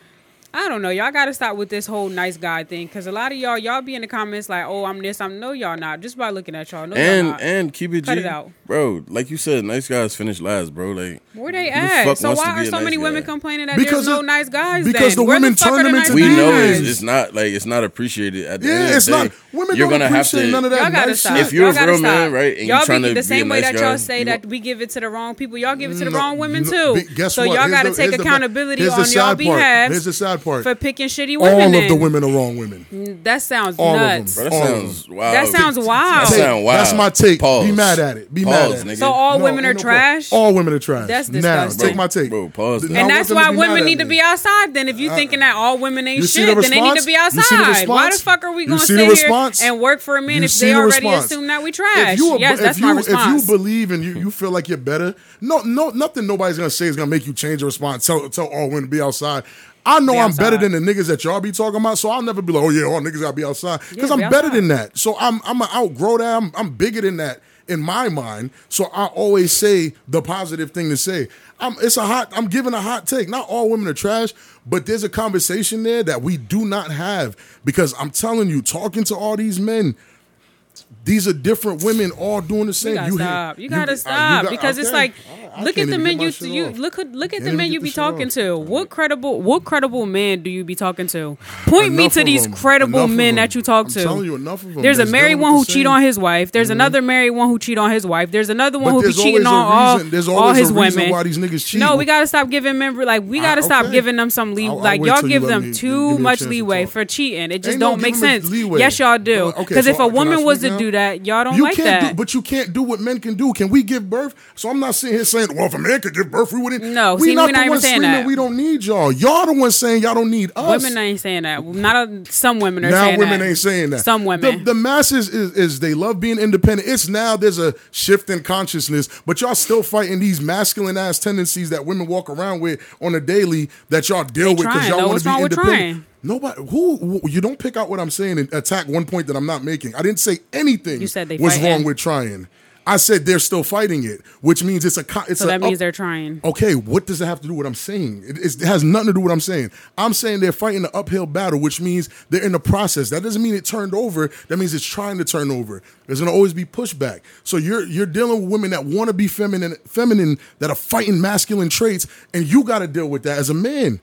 Speaker 1: I don't know. Y'all got to stop with this whole nice guy thing because a lot of y'all, y'all be in the comments like, "Oh, I'm this. I'm no, y'all not." Just by looking at y'all, no, y'all
Speaker 3: And
Speaker 1: not.
Speaker 3: and keep it
Speaker 1: Cut
Speaker 3: G,
Speaker 1: it out.
Speaker 3: bro. Like you said, nice guys finish last, bro. Like
Speaker 1: Where they
Speaker 3: who the
Speaker 1: at?
Speaker 3: fuck
Speaker 1: So
Speaker 3: wants to
Speaker 1: why
Speaker 3: be
Speaker 1: are
Speaker 3: a
Speaker 1: so
Speaker 3: nice
Speaker 1: many
Speaker 3: guy?
Speaker 1: women complaining that
Speaker 2: Because
Speaker 1: there's no
Speaker 2: it-
Speaker 1: nice guys? then?
Speaker 2: because the
Speaker 1: Where
Speaker 2: women
Speaker 1: fuck
Speaker 2: turn
Speaker 1: are
Speaker 2: them
Speaker 1: the
Speaker 2: into
Speaker 1: nice
Speaker 3: we know
Speaker 1: guys?
Speaker 3: it's,
Speaker 2: Nice.
Speaker 3: it's not like it's not appreciated. At the end of
Speaker 2: Yeah,
Speaker 3: the
Speaker 2: it's not.
Speaker 3: day.
Speaker 2: Women
Speaker 3: You're
Speaker 2: don't
Speaker 3: gonna have
Speaker 2: appreciate
Speaker 3: to.
Speaker 2: none of
Speaker 1: Y'all
Speaker 2: that.
Speaker 1: gotta
Speaker 2: nice
Speaker 1: stop.
Speaker 2: shit.
Speaker 3: If you're
Speaker 1: y'all
Speaker 3: a
Speaker 1: gotta
Speaker 3: real
Speaker 1: stop.
Speaker 3: man, right, and
Speaker 1: y'all
Speaker 3: you're trying
Speaker 1: be
Speaker 3: to
Speaker 1: the
Speaker 3: be
Speaker 1: same
Speaker 3: a
Speaker 1: way
Speaker 3: nice
Speaker 1: that
Speaker 3: guy,
Speaker 1: y'all say
Speaker 3: you-
Speaker 1: that we give it to the wrong people. Y'all give it to the
Speaker 2: No,
Speaker 1: wrong women
Speaker 2: no,
Speaker 1: too.
Speaker 2: be- guess
Speaker 1: so
Speaker 2: what?
Speaker 1: y'all
Speaker 2: Here's
Speaker 1: gotta
Speaker 2: the-
Speaker 1: take
Speaker 2: here's the-
Speaker 1: accountability
Speaker 2: here's the
Speaker 1: on y'all
Speaker 2: sad part.
Speaker 1: behalf
Speaker 2: Here's the sad part.
Speaker 1: for picking shitty
Speaker 2: All
Speaker 1: women.
Speaker 2: of the
Speaker 1: then.
Speaker 2: women are wrong women.
Speaker 1: That sounds
Speaker 2: All of
Speaker 1: nuts.
Speaker 2: them.
Speaker 3: Bro, that
Speaker 2: All of
Speaker 3: sounds
Speaker 2: them.
Speaker 3: wild.
Speaker 1: That sounds wild.
Speaker 3: That
Speaker 2: Take-
Speaker 3: sound wild.
Speaker 2: that's my take. Be
Speaker 3: Pause.
Speaker 2: mad at it. Be mad
Speaker 3: Pause,
Speaker 2: at it.
Speaker 3: nigga.
Speaker 1: So all
Speaker 2: No,
Speaker 1: women are
Speaker 2: ain't no problem.
Speaker 1: trash.
Speaker 2: All women are trash.
Speaker 1: That's
Speaker 2: Now,
Speaker 1: disgusting.
Speaker 2: take my take.
Speaker 3: Bro, pause that.
Speaker 2: Now,
Speaker 3: I
Speaker 1: and
Speaker 2: what
Speaker 1: that's
Speaker 2: can
Speaker 1: why
Speaker 2: be mad
Speaker 1: women
Speaker 2: at
Speaker 1: need to
Speaker 2: me?
Speaker 1: be
Speaker 2: Uh,
Speaker 1: outside. Then, if you thinking that all women ain't
Speaker 2: You see
Speaker 1: shit,
Speaker 2: the
Speaker 1: then they need to
Speaker 2: response?
Speaker 1: be
Speaker 2: You see the
Speaker 1: outside. Why the
Speaker 2: response?
Speaker 1: fuck are we
Speaker 2: You
Speaker 1: going to
Speaker 2: see the
Speaker 1: sit here
Speaker 2: response?
Speaker 1: and work for a man
Speaker 2: You
Speaker 1: if
Speaker 2: see
Speaker 1: they
Speaker 2: the
Speaker 1: already
Speaker 2: response.
Speaker 1: assume that we
Speaker 2: If
Speaker 1: trash?
Speaker 2: you,
Speaker 1: yes, that's
Speaker 2: if
Speaker 1: my
Speaker 2: you,
Speaker 1: response.
Speaker 2: If you believe and you, you feel like you're better, no, no, nothing nobody's gonna say is gonna make you change your response. Tell, tell all women to be outside. I know
Speaker 1: Be
Speaker 2: I'm
Speaker 1: outside.
Speaker 2: better than the niggas that y'all be talking about, so I'll never be like, oh yeah, all niggas gotta be outside because
Speaker 1: Yeah,
Speaker 2: I'm
Speaker 1: be
Speaker 2: better
Speaker 1: outside.
Speaker 2: than that. So I'm I'm gonna outgrow that. I'm, I'm bigger than that in my mind. So I always say the positive thing to say. I'm it's a hot. I'm giving a hot take. Not all women are trash, but there's a conversation there that we do not have because I'm telling you, talking to all these men These are different women all doing the
Speaker 1: You
Speaker 2: same.
Speaker 1: gotta
Speaker 2: hit-
Speaker 1: stop. You
Speaker 2: you-
Speaker 1: gotta
Speaker 2: uh, you
Speaker 1: stop
Speaker 2: got-
Speaker 1: because it's
Speaker 2: okay.
Speaker 1: like,
Speaker 2: I- I
Speaker 1: look at
Speaker 2: can't
Speaker 1: the
Speaker 2: even get
Speaker 1: men
Speaker 2: my
Speaker 1: you
Speaker 2: shit
Speaker 1: you
Speaker 2: off.
Speaker 1: look at look at
Speaker 2: Can't
Speaker 1: the
Speaker 2: even
Speaker 1: men
Speaker 2: get
Speaker 1: you be
Speaker 2: this shit off.
Speaker 1: talking to. What credible what credible men do you be talking to? Point me
Speaker 2: Enough
Speaker 1: to
Speaker 2: of
Speaker 1: these
Speaker 2: them.
Speaker 1: credible
Speaker 2: Enough of
Speaker 1: men
Speaker 2: them.
Speaker 1: that you talk
Speaker 2: I'm
Speaker 1: to.
Speaker 2: telling you, enough of them.
Speaker 1: There's a
Speaker 2: That's
Speaker 1: married
Speaker 2: dealing
Speaker 1: one
Speaker 2: with
Speaker 1: who
Speaker 2: the
Speaker 1: cheat
Speaker 2: same-
Speaker 1: on his wife. There's another married one who cheat on his wife. There's another one
Speaker 2: But
Speaker 1: who be
Speaker 2: there's
Speaker 1: cheating
Speaker 2: always a
Speaker 1: on all,
Speaker 2: reason- there's
Speaker 1: all
Speaker 2: always a
Speaker 1: his
Speaker 2: reason
Speaker 1: women.
Speaker 2: why these niggas
Speaker 1: No,
Speaker 2: cheat.
Speaker 1: we gotta stop giving men like we
Speaker 2: I-
Speaker 1: gotta stop
Speaker 2: okay.
Speaker 1: giving them some leeway.
Speaker 2: I'll- I'll
Speaker 1: Like
Speaker 2: wait
Speaker 1: y'all
Speaker 2: till you
Speaker 1: give
Speaker 2: let
Speaker 1: them
Speaker 2: me-
Speaker 1: too
Speaker 2: give me a
Speaker 1: much
Speaker 2: chance to
Speaker 1: leeway
Speaker 2: talk.
Speaker 1: for cheating. It just
Speaker 2: Ain't no
Speaker 1: don't make
Speaker 2: giving them
Speaker 1: sense.
Speaker 2: leeway.
Speaker 1: Yes, y'all do.
Speaker 2: Well, okay,
Speaker 1: Because
Speaker 2: so
Speaker 1: if a
Speaker 2: can I
Speaker 1: woman was
Speaker 2: speak
Speaker 1: to
Speaker 2: now?
Speaker 1: do that, y'all don't
Speaker 2: you
Speaker 1: like
Speaker 2: can't
Speaker 1: that.
Speaker 2: do, but you can't do what men can do. Can we give birth? So I'm not sitting here saying, well, if a man could give birth, we wouldn't.
Speaker 1: No,
Speaker 2: we
Speaker 1: see,
Speaker 2: not
Speaker 1: we
Speaker 2: the
Speaker 1: not even
Speaker 2: ones
Speaker 1: saying
Speaker 2: screaming
Speaker 1: that.
Speaker 2: we don't need y'all. Y'all the ones saying y'all don't need us.
Speaker 1: Women ain't saying that. Not a, some women are
Speaker 2: now
Speaker 1: saying
Speaker 2: women
Speaker 1: that.
Speaker 2: ain't saying that.
Speaker 1: Some women.
Speaker 2: The, the masses is, is they love being independent. It's now there's a shift in consciousness, but y'all still fighting these masculine ass tendencies that women walk around with on a daily that y'all deal with
Speaker 1: trying,
Speaker 2: because
Speaker 1: though.
Speaker 2: y'all want
Speaker 1: What's
Speaker 2: to be
Speaker 1: wrong with
Speaker 2: independent. Nobody who wh- you don't pick out what I'm saying and attack one point that I'm not making. I didn't say anything.
Speaker 1: You said they
Speaker 2: was
Speaker 1: fighting.
Speaker 2: wrong with trying. I said they're still fighting it, which means it's a co- it's
Speaker 1: so
Speaker 2: a
Speaker 1: that means
Speaker 2: up-
Speaker 1: they're trying.
Speaker 2: Okay, what does it have to do with what I'm saying? It, it's- it has nothing to do with what I'm saying. I'm saying they're fighting an uphill battle, which means they're in the process. That doesn't mean it turned over. That means it's trying to turn over. There's gonna always be pushback. So you're you're dealing with women that want to be feminine, feminine that are fighting masculine traits, and you got to deal with that as a man.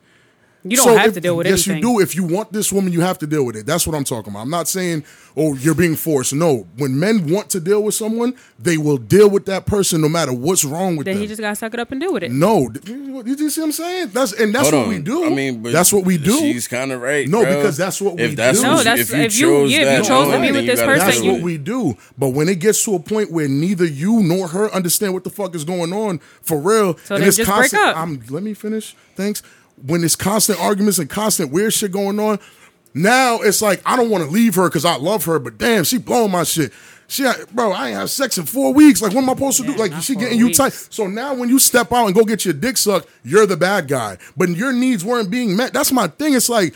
Speaker 1: You don't
Speaker 2: So
Speaker 1: have
Speaker 2: if-
Speaker 1: to deal with
Speaker 2: yes,
Speaker 1: anything.
Speaker 2: you do. If you want this woman, you have to deal with it. That's what I'm talking about. I'm not saying, oh, you're being forced. No, when men want to deal with someone, they will deal with that person no matter what's wrong with
Speaker 1: Then
Speaker 2: them.
Speaker 1: he just gotta suck it up and deal with it.
Speaker 2: No, th- you, you see what I'm saying? That's and that's
Speaker 3: Hold
Speaker 2: what we
Speaker 3: on.
Speaker 2: do.
Speaker 3: I mean, but
Speaker 2: that's what we do.
Speaker 3: She's kind of right.
Speaker 2: No,
Speaker 3: bro.
Speaker 2: because that's what we
Speaker 3: if that's
Speaker 2: do.
Speaker 3: What
Speaker 2: No,
Speaker 3: you-
Speaker 1: that's-
Speaker 3: if you,
Speaker 1: if you-
Speaker 3: chose
Speaker 1: yeah, if
Speaker 3: that,
Speaker 1: you chose
Speaker 2: to be
Speaker 3: then
Speaker 2: with
Speaker 3: you
Speaker 1: this
Speaker 3: gotta
Speaker 1: person,
Speaker 2: That's
Speaker 3: deal with
Speaker 2: what
Speaker 3: it.
Speaker 2: we do. But when it gets to a point where neither you nor her understand what the fuck is going on for real,
Speaker 1: So then just break
Speaker 2: constant,
Speaker 1: up.
Speaker 2: I'm let me finish. Thanks. When it's constant arguments and constant weird shit going on, now it's like I don't want to leave her because I love her, but damn, she blowing my shit. She, bro, I ain't have sex in four weeks. Like, what am I supposed to do?
Speaker 1: Yeah,
Speaker 2: Like,
Speaker 1: not
Speaker 2: she
Speaker 1: four
Speaker 2: getting you
Speaker 1: weeks.
Speaker 2: tight. So now when you step out and go get your dick sucked, you're the bad guy. But your needs weren't being met. That's my thing. It's like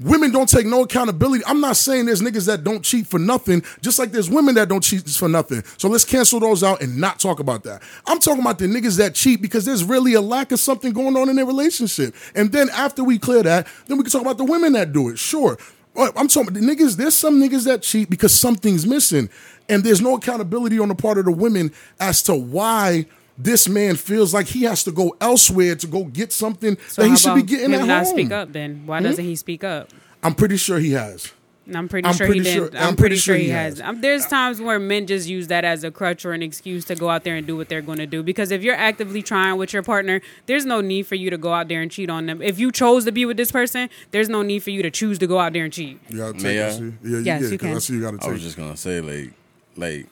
Speaker 2: women don't take no accountability. I'm not saying there's niggas that don't cheat for nothing, just like there's women that don't cheat for nothing. So let's cancel those out and not talk about that. I'm talking about the niggas that cheat because there's really a lack of something going on in their relationship. And then after we clear that, then we can talk about the women that do it. Sure. But I'm talking the niggas. There's some niggas that cheat because something's missing, and there's no accountability on the part of the women as to why this man feels like he has to go elsewhere to go get something
Speaker 1: So
Speaker 2: that
Speaker 1: how
Speaker 2: he should be
Speaker 1: about
Speaker 2: getting
Speaker 1: him
Speaker 2: at
Speaker 1: not
Speaker 2: home. Hmm?
Speaker 1: speak up then? Why doesn't he speak up?
Speaker 2: I'm pretty sure he has.
Speaker 1: And I'm pretty
Speaker 2: I'm
Speaker 1: sure he
Speaker 2: pretty
Speaker 1: didn't.
Speaker 2: sure-
Speaker 1: I'm, pretty sure he has.
Speaker 2: has.
Speaker 1: Um there's times where men just use that as a crutch or an excuse to go out there and do what they're going to do. Because if you're actively trying with your partner, there's no need for you to go out there and cheat on them. If you chose to be with this person, there's no need for you to choose to go out there and cheat.
Speaker 2: You gotta take
Speaker 3: May I?
Speaker 2: it, see? Yeah, you
Speaker 1: Yes,
Speaker 2: yeah,
Speaker 1: you
Speaker 2: 'cause
Speaker 1: can.
Speaker 2: I see you gotta take
Speaker 3: I was
Speaker 2: it.
Speaker 3: just gonna say like, like,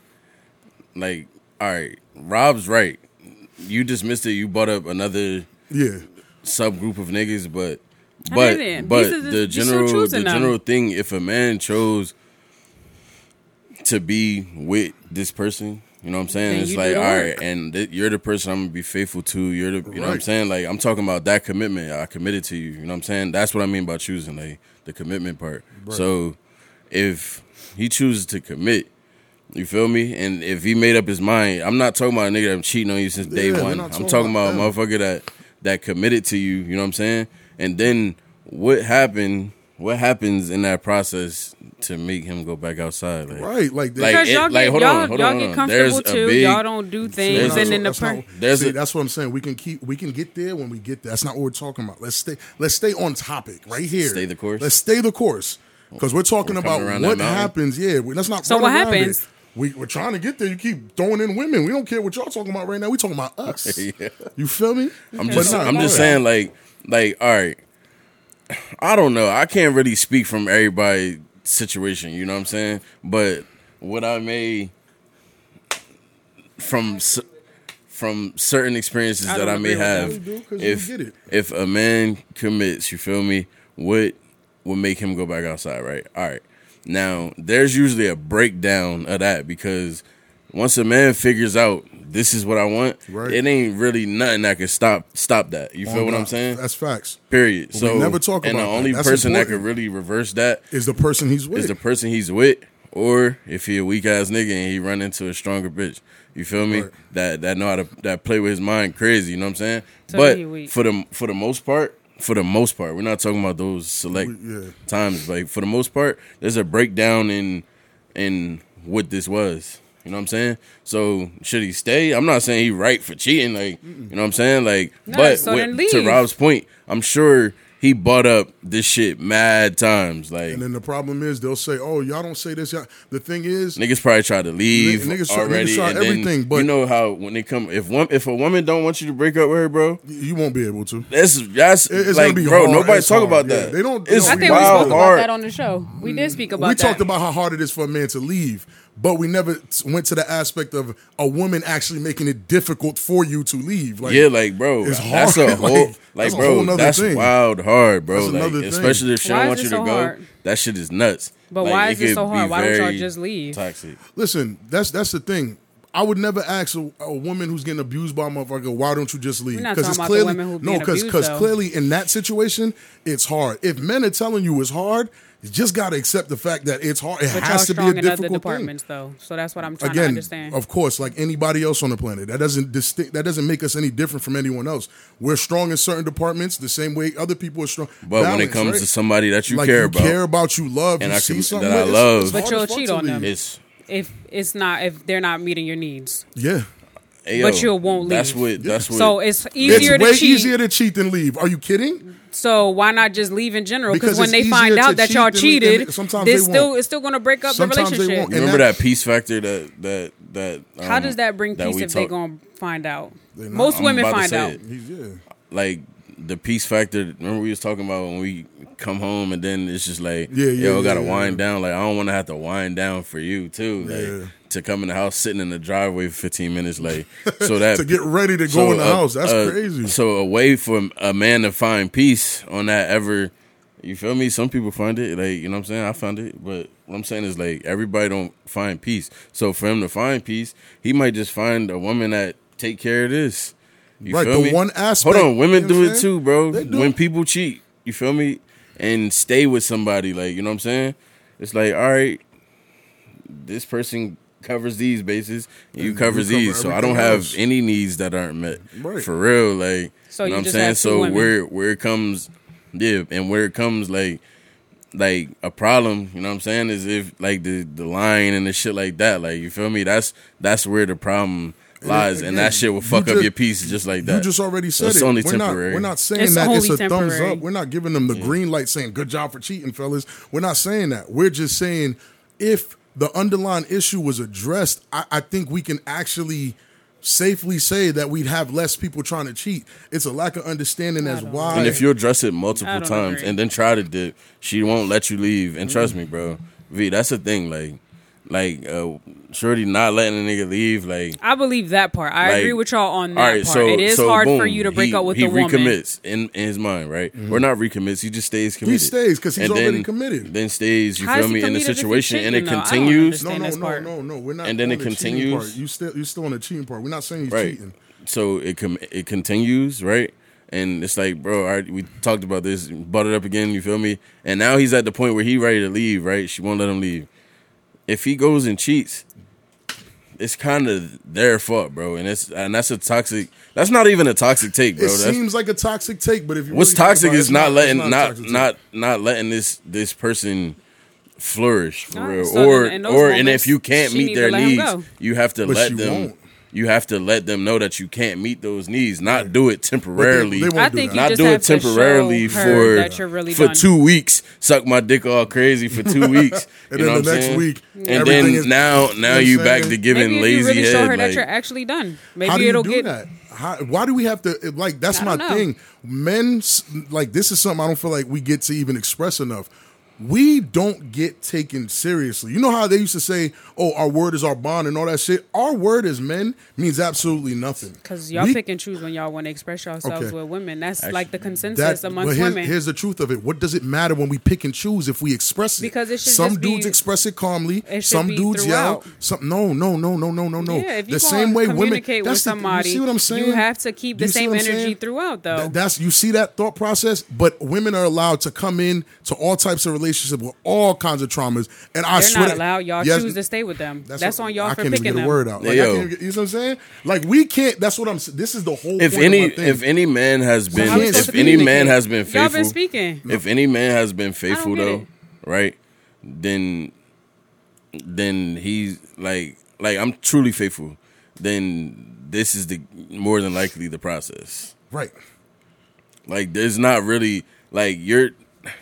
Speaker 3: like. All right, Rob's right. You dismissed it. You brought up another
Speaker 2: Yeah.
Speaker 3: subgroup of niggas, but
Speaker 1: I
Speaker 3: but
Speaker 1: didn't.
Speaker 3: but
Speaker 1: These are the-
Speaker 3: the
Speaker 1: you still
Speaker 3: general the
Speaker 1: choosing them.
Speaker 3: general thing. If a man chose to be with this person, you know what I'm saying?
Speaker 1: Then
Speaker 3: it's
Speaker 1: you do
Speaker 3: like
Speaker 1: the
Speaker 3: all right,
Speaker 1: work.
Speaker 3: and th- you're the person I'm gonna be faithful to. You're the you know what I'm
Speaker 2: Right.
Speaker 3: saying? Like I'm talking about that commitment. I committed to you. You know what I'm saying? That's what I mean by choosing like the commitment part. So if he chooses to commit. You feel me? And if he made up his mind, I'm not talking about a nigga that I'm cheating on you since day
Speaker 2: Yeah, we're
Speaker 3: one.
Speaker 2: not
Speaker 3: I'm
Speaker 2: talking
Speaker 3: talking about
Speaker 2: about
Speaker 3: a
Speaker 2: them.
Speaker 3: motherfucker that that committed to you. You know what I'm saying? And then what happened? What happens in that process to make him go back outside? Like,
Speaker 2: Right. Like, that.
Speaker 3: Like,
Speaker 1: Because
Speaker 3: it-
Speaker 1: y'all get
Speaker 3: hold
Speaker 1: y'all,
Speaker 3: on, hold
Speaker 1: y'all
Speaker 3: on,
Speaker 1: get
Speaker 3: hold on. There's
Speaker 1: comfortable
Speaker 3: a
Speaker 1: too.
Speaker 3: big-
Speaker 1: y'all don't do
Speaker 2: We're
Speaker 1: things,
Speaker 2: not
Speaker 3: there's
Speaker 1: and
Speaker 2: talk-
Speaker 1: then the
Speaker 2: that's
Speaker 1: per-
Speaker 2: not-
Speaker 3: There's
Speaker 2: see,
Speaker 3: a-
Speaker 2: that's what I'm saying. We can keep we can get there when we get there. That's not what we're talking about. Let's stay let's stay on topic right here.
Speaker 3: Stay the course.
Speaker 2: Let's stay the course. Because we're talking
Speaker 3: We're coming
Speaker 2: about
Speaker 3: around
Speaker 2: what
Speaker 3: that mountain.
Speaker 2: happens. Yeah, we, let's not.
Speaker 1: So
Speaker 2: run
Speaker 1: what
Speaker 2: around it.
Speaker 1: happens?
Speaker 2: We, we're trying to get there. You keep throwing in women. We don't care what y'all talking about right now. We talking about us.
Speaker 3: Yeah.
Speaker 2: You feel me?
Speaker 3: I'm
Speaker 2: But
Speaker 3: just,
Speaker 2: nah,
Speaker 3: I'm
Speaker 2: go
Speaker 3: just
Speaker 2: ahead.
Speaker 3: saying, like, like, all right. I don't know. I can't really speak from everybody's situation. You know what I'm saying? But what I may from s- from certain experiences
Speaker 1: I
Speaker 3: that I
Speaker 1: don't
Speaker 3: may
Speaker 1: agree with that.
Speaker 3: have,
Speaker 2: You do, 'cause you
Speaker 3: if
Speaker 2: get it.
Speaker 3: if a man commits, you feel me? What would make him go back outside? Right. All right. Now there's usually a breakdown of that because once a man figures out this is what I want,
Speaker 2: Right.
Speaker 3: it ain't really nothing that can stop stop that. You feel
Speaker 2: Oh,
Speaker 3: what
Speaker 2: nah,
Speaker 3: I'm saying?
Speaker 2: That's facts.
Speaker 3: Period. So
Speaker 2: never talk
Speaker 3: and
Speaker 2: about
Speaker 3: the
Speaker 2: that.
Speaker 3: only
Speaker 2: That's
Speaker 3: person that
Speaker 2: important.
Speaker 3: could really reverse that
Speaker 2: Is the person he's with?
Speaker 3: is the person he's with, or if he a weak ass nigga and he run into a stronger bitch. You feel me?
Speaker 2: Right.
Speaker 3: That that know how to that play with his mind crazy. You know what I'm saying?
Speaker 1: So he
Speaker 3: but
Speaker 1: weak.
Speaker 3: for the for the most part, for the most part, we're not talking about those select
Speaker 2: We- yeah.
Speaker 3: times. Like for the most part, there's a breakdown in in what this was. You know what I'm saying? So should he stay? I'm not saying he right for cheating, like you know what I'm saying, like.
Speaker 1: No,
Speaker 3: but
Speaker 1: so then
Speaker 3: with-
Speaker 1: leave.
Speaker 3: to Rob's point, I'm sure he bought up this shit mad times. Like
Speaker 2: And then the problem is they'll say, "Oh, y'all don't say this." Y'all. The thing is,
Speaker 3: niggas probably tried to leave
Speaker 2: Niggas- niggas try-
Speaker 3: already.
Speaker 2: niggas try
Speaker 3: and then
Speaker 2: everything, but-
Speaker 3: you know how when they come, if one, if a woman don't want you to break up with her, bro,
Speaker 2: you won't be able to.
Speaker 3: that's that's
Speaker 2: It- it's
Speaker 3: like,
Speaker 2: gonna be
Speaker 3: bro,
Speaker 2: hard.
Speaker 3: nobody
Speaker 2: It's hard.
Speaker 3: talk about
Speaker 2: Yeah,
Speaker 3: that.
Speaker 2: they don't-
Speaker 3: It's
Speaker 2: they
Speaker 1: I
Speaker 2: don't
Speaker 1: think we
Speaker 2: Wow,
Speaker 1: spoke
Speaker 3: wild
Speaker 1: about
Speaker 3: hard.
Speaker 1: that on the show. We did speak about
Speaker 2: we
Speaker 1: that.
Speaker 2: talked about how hard it is for a man to leave, but we never t- went to the aspect of a woman actually making it difficult for you to leave. Like,
Speaker 3: yeah, like bro,
Speaker 2: it's
Speaker 3: that's a
Speaker 2: hard.
Speaker 3: whole like,
Speaker 2: Like, that's a
Speaker 3: bro,
Speaker 2: whole nother
Speaker 3: that's
Speaker 2: thing.
Speaker 3: wild hard, bro.
Speaker 2: That's
Speaker 3: like
Speaker 2: another thing.
Speaker 3: especially if she
Speaker 1: Why
Speaker 3: don't
Speaker 1: is
Speaker 3: want
Speaker 1: it
Speaker 3: you
Speaker 1: so
Speaker 3: to go,
Speaker 1: hard?
Speaker 3: that shit is nuts.
Speaker 1: But why is it
Speaker 3: could
Speaker 1: so hard?
Speaker 3: be
Speaker 1: Why don't y'all
Speaker 3: very
Speaker 1: just leave?
Speaker 3: Toxic.
Speaker 2: listen, that's that's the thing. I would never ask a, a woman who's getting abused by a motherfucker, why don't you just leave?
Speaker 1: We're not talking
Speaker 2: it's
Speaker 1: about the
Speaker 2: clearly
Speaker 1: women who
Speaker 2: no,
Speaker 1: being
Speaker 2: because
Speaker 1: abused, though.
Speaker 2: clearly in that situation it's hard. If men are telling you it's hard, you just got to accept the fact that it's hard. It
Speaker 1: But y'all
Speaker 2: has to be
Speaker 1: strong
Speaker 2: a
Speaker 1: in other
Speaker 2: difficult thing.
Speaker 1: departments, though. So that's what I'm trying to
Speaker 2: again,
Speaker 1: understand.
Speaker 2: of course, like anybody else on the planet, that doesn't distinct, that doesn't make us any different from anyone else. We're strong in certain departments, the same way other people are strong.
Speaker 3: But when it
Speaker 2: Balance,
Speaker 3: comes
Speaker 2: right?
Speaker 3: to somebody that you
Speaker 2: like
Speaker 3: care
Speaker 2: you
Speaker 3: about,
Speaker 2: care about, you love,
Speaker 3: and
Speaker 2: you
Speaker 3: I
Speaker 2: see
Speaker 3: can-
Speaker 2: something
Speaker 3: that I
Speaker 2: with,
Speaker 3: love.
Speaker 2: it's, it's
Speaker 1: But
Speaker 2: hard
Speaker 1: you'll
Speaker 2: as fuck
Speaker 1: cheat
Speaker 2: to
Speaker 1: on them.
Speaker 2: leave.
Speaker 3: it's
Speaker 1: if it's not, if they're not meeting your needs,
Speaker 2: Yeah,
Speaker 3: Ayo,
Speaker 1: But you won't
Speaker 3: That's
Speaker 1: leave.
Speaker 3: what. That's what.
Speaker 1: so it's
Speaker 2: it's
Speaker 1: easier
Speaker 2: way
Speaker 1: to cheat.
Speaker 2: easier to cheat than leave. Are you kidding?
Speaker 1: So why not just leave in general? Because
Speaker 2: Because
Speaker 1: when
Speaker 2: it's
Speaker 1: they find
Speaker 2: easier to
Speaker 1: out that
Speaker 2: cheat
Speaker 1: y'all
Speaker 2: than leave, and
Speaker 1: cheated,
Speaker 2: it- sometimes
Speaker 1: this
Speaker 2: they
Speaker 1: still
Speaker 2: won't.
Speaker 1: it's still going to break up the
Speaker 2: Sometimes they
Speaker 1: relationship.
Speaker 2: won't.
Speaker 3: you
Speaker 2: and
Speaker 3: remember
Speaker 2: that-
Speaker 3: that peace factor that that that. Um,
Speaker 1: How does that bring
Speaker 3: that
Speaker 1: peace
Speaker 3: we
Speaker 1: if they're
Speaker 3: talk-
Speaker 1: going to find out?
Speaker 2: not.
Speaker 1: Most
Speaker 3: I'm
Speaker 1: women
Speaker 3: about to
Speaker 1: find
Speaker 3: say
Speaker 1: out.
Speaker 3: it.
Speaker 2: Yeah.
Speaker 3: like the peace factor. Remember we was talking about when we come home and then it's just like,
Speaker 2: Yeah, yeah,
Speaker 3: yo, I gotta
Speaker 2: yeah,
Speaker 3: wind down. Like I don't want to have to wind down for you too. Like
Speaker 2: Yeah.
Speaker 3: to come in the house, sitting in the driveway for 15 minutes, like so that
Speaker 2: To get ready to go in the
Speaker 3: a-
Speaker 2: house, that's
Speaker 3: a-
Speaker 2: crazy.
Speaker 3: uh, So a way for a man to find peace on that ever. You feel me? Some people find it, like you know what I'm saying. I found it, but what I'm saying is like everybody don't find peace. So for him to find peace, he might just find a woman that take care of this. You
Speaker 2: Right,
Speaker 3: feel
Speaker 2: the
Speaker 3: me?
Speaker 2: one aspect,
Speaker 3: Hold on, women
Speaker 2: you know
Speaker 3: do
Speaker 2: what
Speaker 3: it
Speaker 2: I'm
Speaker 3: too,
Speaker 2: saying?
Speaker 3: bro.
Speaker 2: They do.
Speaker 3: When people cheat, you feel me, and stay with somebody, like you know what I'm saying. It's like, all right, this person covers these bases, and you
Speaker 2: And
Speaker 3: cover
Speaker 2: you cover
Speaker 3: these, so I don't
Speaker 2: everything
Speaker 3: have
Speaker 2: else.
Speaker 3: any needs that aren't met.
Speaker 2: Right.
Speaker 3: For real, like
Speaker 1: So
Speaker 3: you
Speaker 1: you
Speaker 3: know what I'm
Speaker 1: just
Speaker 3: saying.
Speaker 1: have two
Speaker 3: So
Speaker 1: women.
Speaker 3: where where it comes, yeah, and where it comes like like a problem, you know what I'm saying, is if like the the line and the shit like that, like you feel me? That's that's where the problem lies, and
Speaker 2: again,
Speaker 3: that shit will
Speaker 2: you
Speaker 3: fuck up
Speaker 2: just-
Speaker 3: your piece just like that.
Speaker 2: You just already
Speaker 3: So
Speaker 2: said
Speaker 3: it's
Speaker 2: it.
Speaker 3: only
Speaker 2: we're
Speaker 3: temporary.
Speaker 2: Not, we're not saying
Speaker 1: It's
Speaker 2: that it's
Speaker 1: only
Speaker 2: a thumbs
Speaker 1: temporary.
Speaker 2: up. We're not giving them the green light saying good job for cheating, fellas. We're not saying that. We're just saying if the underlying issue was addressed, I, I think we can actually safely say that we'd have less people trying to cheat. It's a lack of understanding as
Speaker 1: don't
Speaker 2: why.
Speaker 3: and if you address it
Speaker 1: I
Speaker 3: multiple
Speaker 1: don't
Speaker 3: times
Speaker 1: agree.
Speaker 3: and then try to dip, she won't let you leave. And trust me, bro, V, that's the thing. Like, like, uh, Shorty not letting a nigga leave. Like,
Speaker 1: I believe that part. I
Speaker 3: Like-
Speaker 1: agree with y'all on that
Speaker 3: all right,
Speaker 1: part.
Speaker 3: so
Speaker 1: it is
Speaker 3: so
Speaker 1: hard
Speaker 3: boom,
Speaker 1: for you to break
Speaker 3: he,
Speaker 1: up with
Speaker 3: he
Speaker 1: the woman.
Speaker 3: recommits in, in his mind, right? Or not recommits. He just stays committed.
Speaker 2: Mm-hmm. stays 'cause he's
Speaker 3: And
Speaker 2: already
Speaker 3: then-
Speaker 2: committed.
Speaker 3: Then stays. You
Speaker 1: How
Speaker 3: feel
Speaker 1: is he
Speaker 3: me in the
Speaker 1: committed if he's
Speaker 3: situation, and it
Speaker 1: cheating, though? I don't
Speaker 3: continues.
Speaker 2: no,
Speaker 1: understand
Speaker 2: no,
Speaker 1: this
Speaker 2: no,
Speaker 1: part.
Speaker 2: no, no. We're not.
Speaker 3: And then
Speaker 2: on
Speaker 3: it
Speaker 2: the cheating
Speaker 3: continues.
Speaker 2: part. You still, you're still on the cheating part. We're not saying he's
Speaker 3: right.
Speaker 2: cheating.
Speaker 3: So it com- it continues, right? And it's like, bro, all right, we talked about this, butt it up again. You feel me? And now he's at the point where he ready to leave, right? She won't let him leave. If he goes and cheats, it's kind of their fault, bro. And it's and that's a toxic. That's not even a toxic take,
Speaker 2: It
Speaker 3: bro. That's,
Speaker 2: seems like a toxic take, but if you
Speaker 3: what's
Speaker 2: really think
Speaker 3: toxic
Speaker 2: about it,
Speaker 3: is
Speaker 2: it's
Speaker 3: not
Speaker 2: it's
Speaker 3: letting
Speaker 2: a
Speaker 3: not
Speaker 2: toxic
Speaker 3: not,
Speaker 2: take.
Speaker 3: not letting this this person flourish for
Speaker 1: Nah,
Speaker 3: real
Speaker 1: so then
Speaker 3: or
Speaker 1: in those
Speaker 3: or and
Speaker 1: moments,
Speaker 3: if you can't
Speaker 1: she
Speaker 3: meet
Speaker 1: need
Speaker 3: their
Speaker 1: to let him
Speaker 3: needs
Speaker 1: go.
Speaker 3: you have to
Speaker 2: But she
Speaker 3: let them
Speaker 2: won't.
Speaker 3: you have to let them know that you can't meet those needs not do it temporarily
Speaker 2: they won't
Speaker 1: I
Speaker 2: do
Speaker 1: think
Speaker 2: that.
Speaker 1: you
Speaker 3: not
Speaker 1: just
Speaker 3: do
Speaker 1: have
Speaker 3: it temporarily
Speaker 1: to show her
Speaker 3: for
Speaker 1: that you're really
Speaker 3: for
Speaker 1: done.
Speaker 3: two weeks. Suck my dick all crazy for two weeks,
Speaker 2: And
Speaker 3: you
Speaker 2: then
Speaker 3: know
Speaker 2: the
Speaker 3: what I'm
Speaker 2: next
Speaker 3: saying?
Speaker 2: week,
Speaker 3: and
Speaker 2: everything
Speaker 3: then
Speaker 2: is- you
Speaker 3: now
Speaker 2: know
Speaker 3: now
Speaker 2: what
Speaker 3: you
Speaker 2: I'm
Speaker 3: back
Speaker 2: saying?
Speaker 3: to giving
Speaker 1: Maybe if
Speaker 3: lazy
Speaker 1: you really
Speaker 3: head.
Speaker 1: show her that
Speaker 3: like-
Speaker 1: you're actually done. Maybe
Speaker 2: How do
Speaker 1: it'll
Speaker 2: you do
Speaker 1: get
Speaker 2: that? How, why do we have to it- like? That's
Speaker 1: I
Speaker 2: my
Speaker 1: don't know.
Speaker 2: thing. Men s- like this is something I don't feel like we get to even express enough. We don't get taken seriously. You know how they used to say, "Oh, our word is our bond" and all that shit. Our word as men means absolutely nothing.
Speaker 1: because y'all
Speaker 2: We-
Speaker 1: pick and choose when y'all want to express yourselves
Speaker 2: Okay.
Speaker 1: with women. That's like the
Speaker 2: that,
Speaker 1: consensus
Speaker 2: but
Speaker 1: amongst
Speaker 2: here's,
Speaker 1: women.
Speaker 2: here's the truth of it. What does it matter when we pick and choose if we express it?
Speaker 1: Because it should
Speaker 2: some
Speaker 1: just be-
Speaker 2: dudes express it calmly.
Speaker 1: it should
Speaker 2: some
Speaker 1: be
Speaker 2: dudes
Speaker 1: throughout.
Speaker 2: yell. Some no, no, no, no, no, no, no.
Speaker 1: Yeah, if you
Speaker 2: the same way women
Speaker 1: communicate with
Speaker 2: that's the-
Speaker 1: somebody,
Speaker 2: you see what I'm saying?
Speaker 1: You have to keep the
Speaker 2: You see
Speaker 1: same
Speaker 2: what I'm
Speaker 1: energy
Speaker 2: saying?
Speaker 1: throughout, though.
Speaker 2: Th- that's you see that thought process, but women are allowed to come in to all types of relationships with all kinds of traumas, and I
Speaker 1: They're
Speaker 2: swear
Speaker 1: not
Speaker 2: to-
Speaker 1: allowed. Y'all
Speaker 2: Yes,
Speaker 1: choose to stay with them. That's,
Speaker 2: what-
Speaker 1: on y'all
Speaker 2: I
Speaker 1: for
Speaker 2: can't even
Speaker 1: picking
Speaker 2: get a
Speaker 1: them.
Speaker 2: word out. Like, I
Speaker 3: Yo.
Speaker 2: can't even get- you know what I'm saying? Like we can't. That's what I'm. s- This is the whole.
Speaker 3: if
Speaker 2: point
Speaker 3: any
Speaker 2: of my thing.
Speaker 3: if any man has been
Speaker 2: how we supposed
Speaker 3: if
Speaker 2: to
Speaker 3: any man
Speaker 1: communicate?
Speaker 3: has been faithful
Speaker 1: Y'all been speaking.
Speaker 3: if any man has been faithful
Speaker 1: get
Speaker 3: though
Speaker 1: it.
Speaker 3: right then then he's like like I'm truly faithful, then this is the more than likely the process.
Speaker 2: Right.
Speaker 3: Like there's not really like you're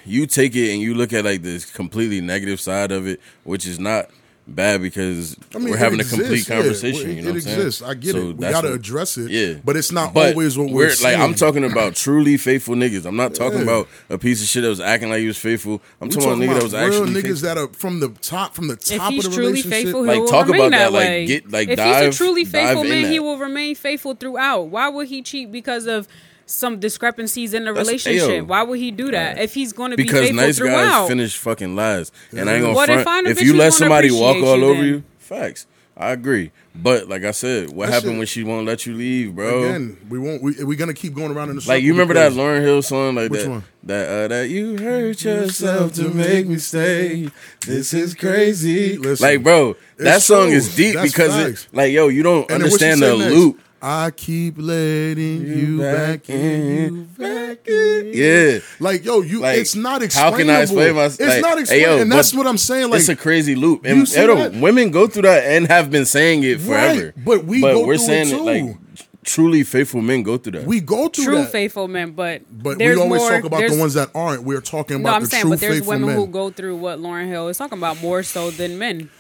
Speaker 3: you take it and you look at like this completely negative side of it, which is not bad because
Speaker 2: I mean,
Speaker 3: we're
Speaker 2: it
Speaker 3: having
Speaker 2: exists,
Speaker 3: a complete
Speaker 2: yeah.
Speaker 3: conversation.
Speaker 2: It-
Speaker 3: you know
Speaker 2: it
Speaker 3: what I'm saying?
Speaker 2: exists. I get
Speaker 3: So
Speaker 2: it. We
Speaker 3: that's
Speaker 2: gotta
Speaker 3: what-
Speaker 2: address it,
Speaker 3: Yeah,
Speaker 2: but it's not
Speaker 3: But
Speaker 2: always what we're
Speaker 3: like.
Speaker 2: seeing.
Speaker 3: I'm talking about truly faithful niggas. I'm not talking
Speaker 2: Yeah.
Speaker 3: about a piece of shit that was acting like he was faithful. I'm
Speaker 2: We
Speaker 3: talking about a nigga that was
Speaker 2: real
Speaker 3: actually
Speaker 2: niggas
Speaker 3: faithful.
Speaker 2: that are from the top, from the
Speaker 1: If
Speaker 2: top
Speaker 1: he's
Speaker 2: of the
Speaker 1: truly
Speaker 2: relationship.
Speaker 1: faithful, he
Speaker 3: Like,
Speaker 1: will
Speaker 3: talk
Speaker 1: remain
Speaker 3: about
Speaker 1: that,
Speaker 3: that, like,
Speaker 1: way.
Speaker 3: get- like,
Speaker 1: if
Speaker 3: dive-
Speaker 1: he's a truly
Speaker 3: dive
Speaker 1: faithful
Speaker 3: in
Speaker 1: man, he
Speaker 3: that.
Speaker 1: will remain faithful throughout. Why would he cheat because of some discrepancies in the
Speaker 3: That's-
Speaker 1: relationship?
Speaker 3: Ayo.
Speaker 1: Why would he do that
Speaker 3: Right.
Speaker 1: if he's going to be
Speaker 3: because
Speaker 1: faithful
Speaker 3: nice
Speaker 1: throughout?
Speaker 3: guys finish fucking lies, and I ain't gonna
Speaker 1: What if
Speaker 3: front.
Speaker 1: I know
Speaker 3: If
Speaker 1: bitch
Speaker 3: you
Speaker 1: who's
Speaker 3: let
Speaker 1: gonna
Speaker 3: somebody walk
Speaker 1: appreciate
Speaker 3: all
Speaker 1: you
Speaker 3: over
Speaker 1: then?
Speaker 3: you, facts. I agree, but like I said, what
Speaker 2: That
Speaker 3: happened
Speaker 2: shit-
Speaker 3: when she won't let you leave, bro?
Speaker 2: Again, we won't. We, we're gonna keep going around in the circle
Speaker 3: Like you remember that
Speaker 2: because-
Speaker 3: Lauren Hill song, like
Speaker 2: Which
Speaker 3: that,
Speaker 2: one?
Speaker 3: that uh, that you hurt yourself to make me stay. This is crazy.
Speaker 2: Listen,
Speaker 3: like, bro, that
Speaker 2: it's
Speaker 3: song
Speaker 2: true.
Speaker 3: is deep
Speaker 2: That's
Speaker 3: because
Speaker 2: facts.
Speaker 3: it, like, yo, you don't
Speaker 2: And then what she
Speaker 3: understand
Speaker 2: say
Speaker 3: the
Speaker 2: next?
Speaker 3: loop.
Speaker 2: I keep letting you, back in, you back in.
Speaker 3: Yeah,
Speaker 2: Like yo, you.
Speaker 3: Like,
Speaker 2: it's not
Speaker 3: how
Speaker 2: explainable.
Speaker 3: can I explain my-
Speaker 2: It's
Speaker 3: like,
Speaker 2: not
Speaker 3: hey,
Speaker 2: explainable,
Speaker 3: yo,
Speaker 2: and that's
Speaker 3: but
Speaker 2: what I'm saying. Like
Speaker 3: it's a crazy loop,
Speaker 2: you
Speaker 3: and
Speaker 2: see
Speaker 3: yo,
Speaker 2: that?
Speaker 3: women go through that and have been saying it
Speaker 2: Right,
Speaker 3: forever.
Speaker 2: but we go
Speaker 3: we're
Speaker 2: through it
Speaker 3: saying
Speaker 2: too.
Speaker 3: like truly faithful men go through that.
Speaker 2: we go through
Speaker 1: true
Speaker 2: that,
Speaker 1: faithful men, but
Speaker 2: but we
Speaker 1: there's
Speaker 2: always
Speaker 1: more,
Speaker 2: talk about the
Speaker 1: there's-
Speaker 2: ones that aren't. We're talking
Speaker 1: No,
Speaker 2: about
Speaker 1: I'm
Speaker 2: the
Speaker 1: saying,
Speaker 2: true
Speaker 1: but there's
Speaker 2: faithful
Speaker 1: women
Speaker 2: men.
Speaker 1: who go through what Lauren Hill is talking about more so than men.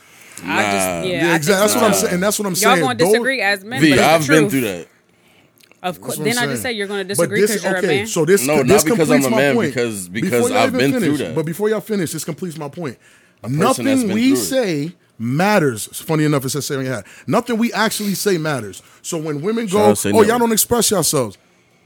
Speaker 1: I
Speaker 3: Nah.
Speaker 1: just yeah,
Speaker 2: yeah,
Speaker 1: I
Speaker 2: exactly.
Speaker 1: think
Speaker 2: That's what I'm
Speaker 1: so.
Speaker 2: saying. That's what I'm
Speaker 1: Y'all
Speaker 2: saying.
Speaker 1: gonna
Speaker 2: Those-
Speaker 1: disagree as men,
Speaker 3: V,
Speaker 1: but it's the
Speaker 3: I've been
Speaker 1: truth.
Speaker 3: through that.
Speaker 1: Of course,
Speaker 2: That's
Speaker 1: then
Speaker 2: what I'm
Speaker 1: I just
Speaker 2: saying.
Speaker 1: said you're gonna
Speaker 2: But
Speaker 1: disagree
Speaker 2: this-
Speaker 1: because you're a man.
Speaker 2: So this
Speaker 3: No,
Speaker 2: this
Speaker 3: not because I'm
Speaker 2: completes
Speaker 3: a
Speaker 2: my
Speaker 3: man,
Speaker 2: point.
Speaker 3: because-
Speaker 2: Before
Speaker 3: because
Speaker 2: y'all
Speaker 3: I've
Speaker 2: even
Speaker 3: been through
Speaker 2: finish,
Speaker 3: that.
Speaker 2: But before y'all finish, this completes my point.
Speaker 3: that's
Speaker 2: Nothing
Speaker 3: been
Speaker 2: we
Speaker 3: through it.
Speaker 2: say matters. It's funny enough, it says saving hat. Nothing we actually say matters. So when women go,
Speaker 3: Child say
Speaker 2: oh,
Speaker 3: no.
Speaker 2: y'all don't express yourselves.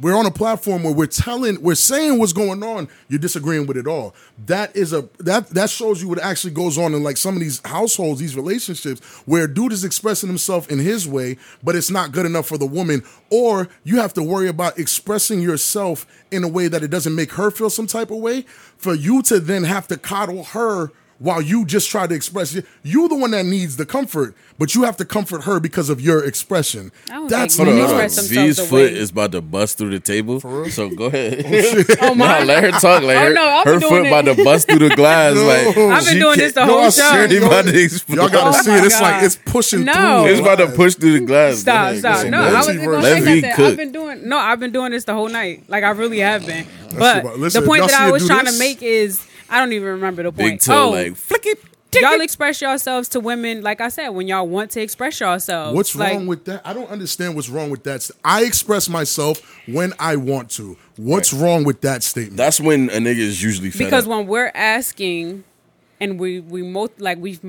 Speaker 2: We're on a platform where we're telling, we're saying what's going on. You're disagreeing with it all. That is a that that shows you what actually goes on in like some of these households, these relationships, where dude is expressing himself in his way, but it's not good enough for the woman, or you have to worry about expressing yourself in a way that it doesn't make her feel some type of way. For you to then have to coddle her while you just try to express it. You're the one that needs the comfort, but you have to comfort her because of your expression.
Speaker 1: I don't
Speaker 2: That's
Speaker 1: think
Speaker 3: Hold on,
Speaker 1: men
Speaker 3: hold on.
Speaker 1: express
Speaker 2: nuts.
Speaker 1: themselves
Speaker 3: V's
Speaker 1: the
Speaker 3: foot
Speaker 1: way-
Speaker 3: is about to bust through the table. So go ahead.
Speaker 1: Oh
Speaker 3: Nah, let her talk. Like
Speaker 1: Oh,
Speaker 3: her,
Speaker 1: no, I've been
Speaker 3: her
Speaker 1: doing it.
Speaker 3: foot about to bust through the glass. Like
Speaker 1: I've been
Speaker 3: she
Speaker 1: doing
Speaker 3: can't-
Speaker 1: this the whole
Speaker 2: I
Speaker 1: show.
Speaker 2: said,
Speaker 3: They about to
Speaker 2: Y'all,
Speaker 3: explode.
Speaker 2: y'all gotta
Speaker 1: Oh
Speaker 2: see
Speaker 1: my
Speaker 2: it. It's like
Speaker 1: God.
Speaker 2: it's pushing
Speaker 1: No.
Speaker 2: through.
Speaker 3: It's about to push through the glass.
Speaker 1: Stop,
Speaker 3: Go
Speaker 1: stop.
Speaker 3: ahead.
Speaker 1: No,
Speaker 2: Let
Speaker 1: I
Speaker 2: me
Speaker 1: wasn't gonna
Speaker 2: verse.
Speaker 1: say
Speaker 3: Let me
Speaker 1: nothing.
Speaker 3: cook.
Speaker 1: I've been doing no, I've been doing this the whole night. Like I really have been. But
Speaker 2: about- listen,
Speaker 1: the point
Speaker 2: y'all
Speaker 1: that
Speaker 2: see
Speaker 1: I
Speaker 2: her
Speaker 1: was
Speaker 2: do
Speaker 1: trying
Speaker 2: this?
Speaker 1: to make is I don't even remember the point.
Speaker 3: Big toe,
Speaker 1: oh,
Speaker 3: like flick it. tick
Speaker 1: y'all
Speaker 3: it.
Speaker 1: express yourselves to women, like I said, when y'all want to express yourselves.
Speaker 2: What's
Speaker 1: Like,
Speaker 2: wrong with that? I don't understand what's wrong with that. st- I express myself when I want to. What's wrong with that statement?
Speaker 3: That's when a nigga is usually fed
Speaker 1: because
Speaker 3: up.
Speaker 1: when we're asking and we we most like we've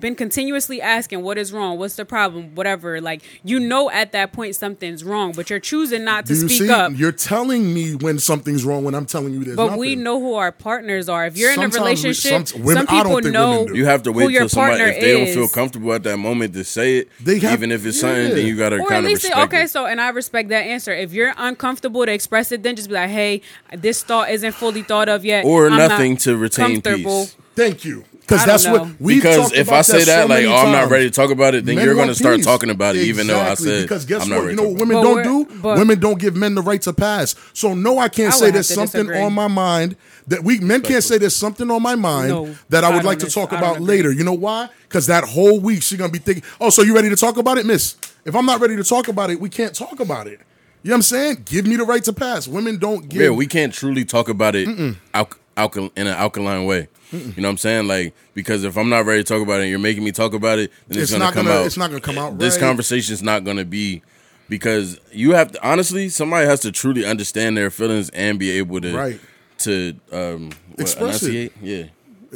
Speaker 1: been continuously asking what is wrong what's the problem whatever like you know at that point something's wrong but you're choosing not to
Speaker 2: Do you
Speaker 1: speak
Speaker 2: see?
Speaker 1: up
Speaker 2: You're telling me when something's wrong when I'm telling you there's
Speaker 1: but
Speaker 2: nothing.
Speaker 1: we know who our partners are if you're in
Speaker 2: Sometimes
Speaker 1: a
Speaker 2: we-
Speaker 1: relationship
Speaker 2: some- women- I
Speaker 1: some
Speaker 2: don't
Speaker 1: people
Speaker 2: think
Speaker 1: know
Speaker 2: women do.
Speaker 3: you have to
Speaker 1: who
Speaker 3: wait
Speaker 1: your
Speaker 3: till somebody
Speaker 1: partner
Speaker 3: if they
Speaker 1: is.
Speaker 3: don't feel comfortable at that moment to say it.
Speaker 2: They have-
Speaker 3: even if it's
Speaker 2: yeah.
Speaker 3: something, then you gotta
Speaker 1: or at
Speaker 3: kind of
Speaker 1: least
Speaker 3: respect
Speaker 1: say, okay,
Speaker 3: it.
Speaker 1: so and I respect that answer. If you're uncomfortable to express it, then just be like, hey, this thought isn't fully thought of yet,
Speaker 3: Or
Speaker 1: I'm not
Speaker 3: nothing to retain
Speaker 1: comfortable.
Speaker 3: peace.
Speaker 2: Thank you.
Speaker 1: I
Speaker 2: Because
Speaker 1: don't
Speaker 2: that's what
Speaker 1: know.
Speaker 2: we
Speaker 3: because if I say that, like, oh, I'm not ready to talk about it, then
Speaker 2: Men
Speaker 3: you're
Speaker 2: want
Speaker 3: gonna start
Speaker 2: peace.
Speaker 3: talking about it, even though I
Speaker 2: Exactly,
Speaker 3: said
Speaker 2: because guess
Speaker 3: I'm not
Speaker 2: what? You
Speaker 3: ready to
Speaker 2: know
Speaker 3: talk
Speaker 2: what
Speaker 3: about it.
Speaker 2: women
Speaker 1: But
Speaker 2: don't
Speaker 1: we're-
Speaker 2: do?
Speaker 1: but-
Speaker 2: women don't give men the right to pass. So no, I can't
Speaker 1: I
Speaker 2: say
Speaker 1: would
Speaker 2: there's
Speaker 1: have to
Speaker 2: something
Speaker 1: disagree.
Speaker 2: on my mind that we men can't say there's something on my mind
Speaker 1: No,
Speaker 2: that I
Speaker 1: I
Speaker 2: would like to
Speaker 1: don't dis-
Speaker 2: talk
Speaker 1: I don't
Speaker 2: about
Speaker 1: agree.
Speaker 2: later. You know why? Because that whole week she's gonna be thinking, oh, so you ready to talk about it, miss? If I'm not ready to talk about it, we can't talk about it. You know what I'm saying? Give me the right to pass. Women don't give.
Speaker 3: Yeah, we can't truly talk about it alk- alkal- in an alkaline way. You know what I'm saying? Like because if I'm not ready to talk about it, and you're making me talk about it, then it's,
Speaker 2: It's
Speaker 3: gonna
Speaker 2: not
Speaker 3: come
Speaker 2: gonna-
Speaker 3: out.
Speaker 2: it's not gonna come out
Speaker 3: This
Speaker 2: right.
Speaker 3: conversation's not gonna be because you have to honestly. Somebody has to truly understand their feelings and be able to
Speaker 2: Right.
Speaker 3: to um, what,
Speaker 2: Express it.
Speaker 3: enunciate. Yeah,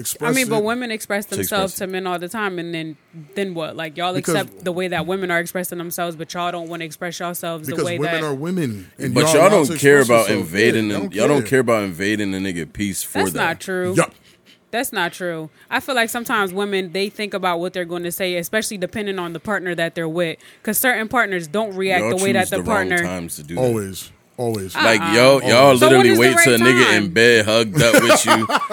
Speaker 2: express
Speaker 1: I mean, but
Speaker 2: it.
Speaker 1: women express
Speaker 3: express
Speaker 1: themselves
Speaker 3: it.
Speaker 1: to men all the time, and then then what? Like y'all
Speaker 2: Because-
Speaker 1: accept the way that women are expressing themselves, but y'all don't want to express yourselves the
Speaker 2: because
Speaker 1: way
Speaker 2: women
Speaker 1: that
Speaker 2: are women, and
Speaker 3: but
Speaker 2: allowed
Speaker 3: y'all
Speaker 2: to
Speaker 3: don't care
Speaker 2: express
Speaker 3: about
Speaker 2: yourself. Yeah,
Speaker 3: invading.
Speaker 2: y'all
Speaker 3: them.
Speaker 2: don't
Speaker 3: y'all don't care about invading the nigga peace for
Speaker 1: That's
Speaker 3: that.
Speaker 1: not true.
Speaker 2: Yup.
Speaker 1: That's not true. I feel like sometimes women they think about what they're going to say, especially depending on the partner that they're with, because certain partners don't react
Speaker 3: Y'all
Speaker 1: the way that
Speaker 3: choose
Speaker 1: the,
Speaker 3: the,
Speaker 1: partner. Uh-uh.
Speaker 3: wrong times to do that.
Speaker 2: Always, always.
Speaker 3: Ah. Like y'all, y'all
Speaker 1: So
Speaker 3: literally
Speaker 1: when is the
Speaker 3: wait till a
Speaker 1: right
Speaker 3: nigga
Speaker 1: time?
Speaker 3: in bed hugged up with you.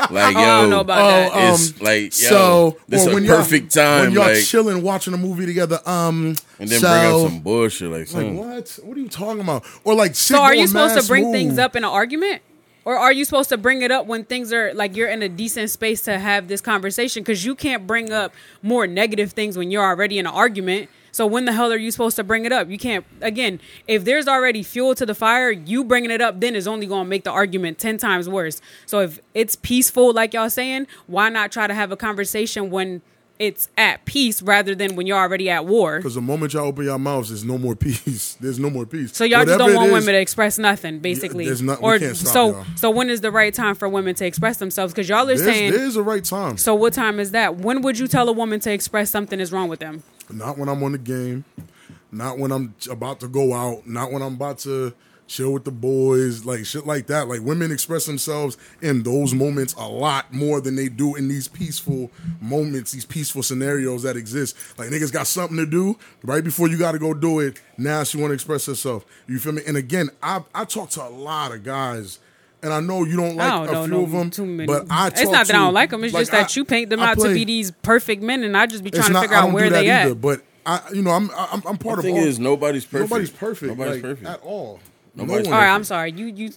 Speaker 3: Like yo,
Speaker 1: I don't know about that.
Speaker 2: um,
Speaker 3: it's like yo,
Speaker 2: so
Speaker 3: this
Speaker 2: or
Speaker 3: a
Speaker 2: when y'all-
Speaker 3: perfect time.
Speaker 2: when y'all
Speaker 3: like,
Speaker 2: chilling watching a movie together. Um,
Speaker 3: and then
Speaker 2: so,
Speaker 3: bring up some hmm. bullshit. Like,
Speaker 2: like
Speaker 3: son,
Speaker 2: what? What are you talking about? Or like, shit
Speaker 1: So are you
Speaker 2: going
Speaker 1: supposed
Speaker 2: mad
Speaker 1: to bring
Speaker 2: smooth.
Speaker 1: things up in an argument? Or are you supposed to bring it up when things are like you're in a decent space to have this conversation? Because you can't bring up more negative things when you're already in an argument. So when the hell are you supposed to bring it up? You can't. Again, if there's already fuel to the fire, you bringing it up then is only going to make the argument ten times worse. So if it's peaceful, like y'all saying, why not try to have a conversation when it's at peace rather than when you're already at war?
Speaker 2: Because the moment y'all open your mouths, there's no more peace. There's no more peace.
Speaker 1: So y'all just don't
Speaker 2: Whatever it
Speaker 1: want
Speaker 2: is,
Speaker 1: women to express nothing, basically.
Speaker 2: there's not- we
Speaker 1: or
Speaker 2: can't stop
Speaker 1: so
Speaker 2: y'all.
Speaker 1: so when is the right time for women to express themselves? Because y'all are
Speaker 2: There's,
Speaker 1: saying
Speaker 2: there's a right time.
Speaker 1: so what time is that? When would you tell a woman to express something is wrong with them?
Speaker 2: Not when I'm on the game. Not when I'm about to go out. Not when I'm about to chill with the boys. Like shit like that. Like women express themselves in those moments a lot more than they do in these peaceful moments, these peaceful scenarios that exist. Like niggas got something to do right before you got to go do it. Now she want to express herself. You feel me? And again, I I talk to a lot of guys. And I know you don't like
Speaker 1: I
Speaker 2: a
Speaker 1: don't
Speaker 2: few
Speaker 1: know
Speaker 2: of them,
Speaker 1: too many.
Speaker 2: but I.
Speaker 1: it's
Speaker 2: talk
Speaker 1: not that
Speaker 2: to-
Speaker 1: I don't like them. It's
Speaker 2: like,
Speaker 1: just that
Speaker 2: I-
Speaker 1: you paint them
Speaker 2: I
Speaker 1: out to
Speaker 2: play-
Speaker 1: be these perfect men, and I just be
Speaker 2: it's
Speaker 1: trying to
Speaker 2: not-
Speaker 1: figure
Speaker 2: I
Speaker 1: out
Speaker 2: don't
Speaker 1: where
Speaker 2: do that
Speaker 1: they
Speaker 2: either,
Speaker 1: at.
Speaker 2: But I, you know, I'm I'm, I'm part
Speaker 3: The
Speaker 2: of
Speaker 3: thing
Speaker 2: all-
Speaker 3: is, nobody's perfect.
Speaker 2: Nobody's perfect.
Speaker 3: Nobody's
Speaker 2: like,
Speaker 3: perfect.
Speaker 2: at all.
Speaker 3: Nobody's
Speaker 2: no
Speaker 1: All
Speaker 2: one.
Speaker 3: perfect.
Speaker 1: right, I'm sorry. You you.